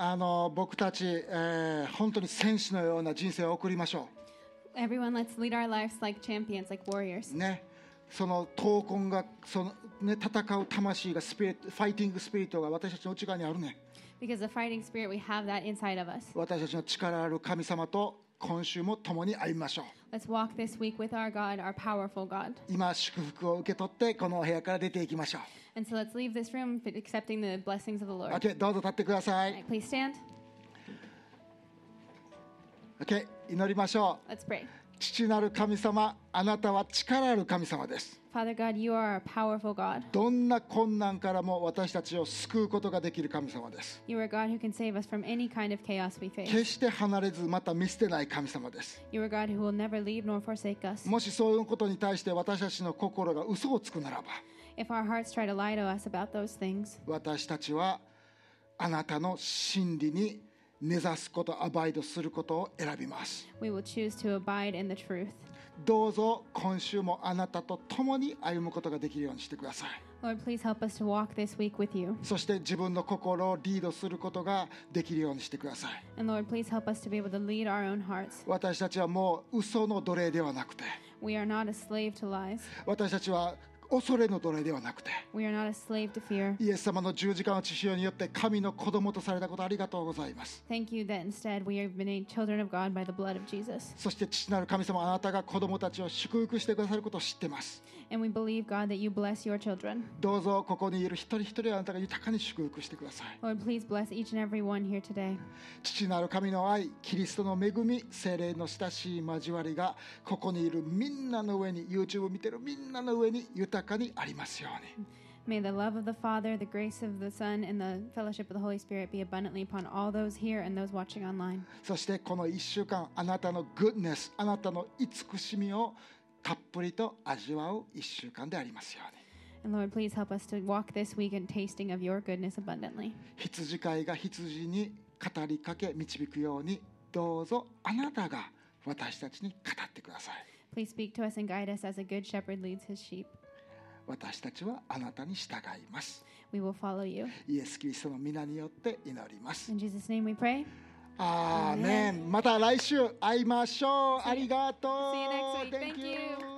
S1: あの僕たち、えー本当に戦士のような人生を送りましょ
S2: Everyone, let's lead our lives like champions, like warriors.
S1: うねその闘魂がその、ね、戦う魂がスピリットファイティングスピリットが私たちの内側にあるね
S2: Because the fighting spirit, we have that inside of us.
S1: 私たちの力ある神様と今週も共に歩みましょう
S2: Let's walk this week with our God, our powerful God.
S1: 今祝福を受け取ってこのお部屋から出ていきましょう
S2: And so let's leave this room f- accepting the blessings of the Lord.
S1: OK どうぞ立ってくださ
S2: All
S1: い
S2: right, please stand.
S1: OK 祈りましょう
S2: Let's pray.
S1: 父なる神様あなたは力ある神様です
S2: Father God, you are a powerful God.
S1: どんな困難からも私たちを救うことができる神様です
S2: You are a God who can save us from any kind of chaos we face.
S1: 決して離れずまた見捨てない神様です
S2: You are a God who will never leave nor forsake us.
S1: もしそういうことに対して私たちの心が嘘をつくならば
S2: If our hearts try to lie to us about those things,
S1: 私たちはあなたの真理に根ざすことアバイドすることを選びます
S2: we will choose to abide in the truth.
S1: どうぞ今週もあなたと共に歩むことができるようにしてください
S2: Lord, please help us to walk this week with you.
S1: そして自分の心をリードすることができるようにしてください
S2: And Lord, please help us to be able to lead our own hearts.
S1: 私たちはもう嘘の奴隷ではなくて
S2: We are not a slave to lies,
S1: 私たちは恐れの奴隷ではなくて
S2: we are not a slave to fear.
S1: イエス様の十字架の血潮によって神の子供とされたことありがとうございます
S2: Thank you that instead we have been made children of God by the blood of Jesus.
S1: そして父なる神様あなたが子供たちを祝福してくださることを知ってます
S2: And we believe, God, that you bless your children.
S1: どうぞここにいる一人一人をあなたが豊かに祝福してください
S2: Lord, please bless each and every one here today.
S1: 父なる神の愛キリストの恵み精霊の親しい交わりがここにいるみんなの上に YouTube 見てるみんなの上に豊かにありますように
S2: May the love of the Father, the grace of the Son, and the fellowship of the Holy Spirit be abundantly upon all those here and those watching online.
S1: そしてこの1週間あなたのグッネスあなたの慈しみをたっぷりと味わう1週間でありますように
S2: And Lord, please help us to walk this week in tasting of your goodness abundantly.
S1: 羊飼いが羊に語りかけ導くようにどうぞあなたが私たちに語ってください
S2: Please speak to us and guide us as a good shepherd leads his sheep.
S1: 私たちはあなたに従います
S2: We will follow you.
S1: イエス・キリストの皆によって祈ります、
S2: In Jesus' name we pray.
S1: アーメンまた来週会いましょうありがとう
S2: See you next
S1: Thank
S2: week. Thank you.
S1: you.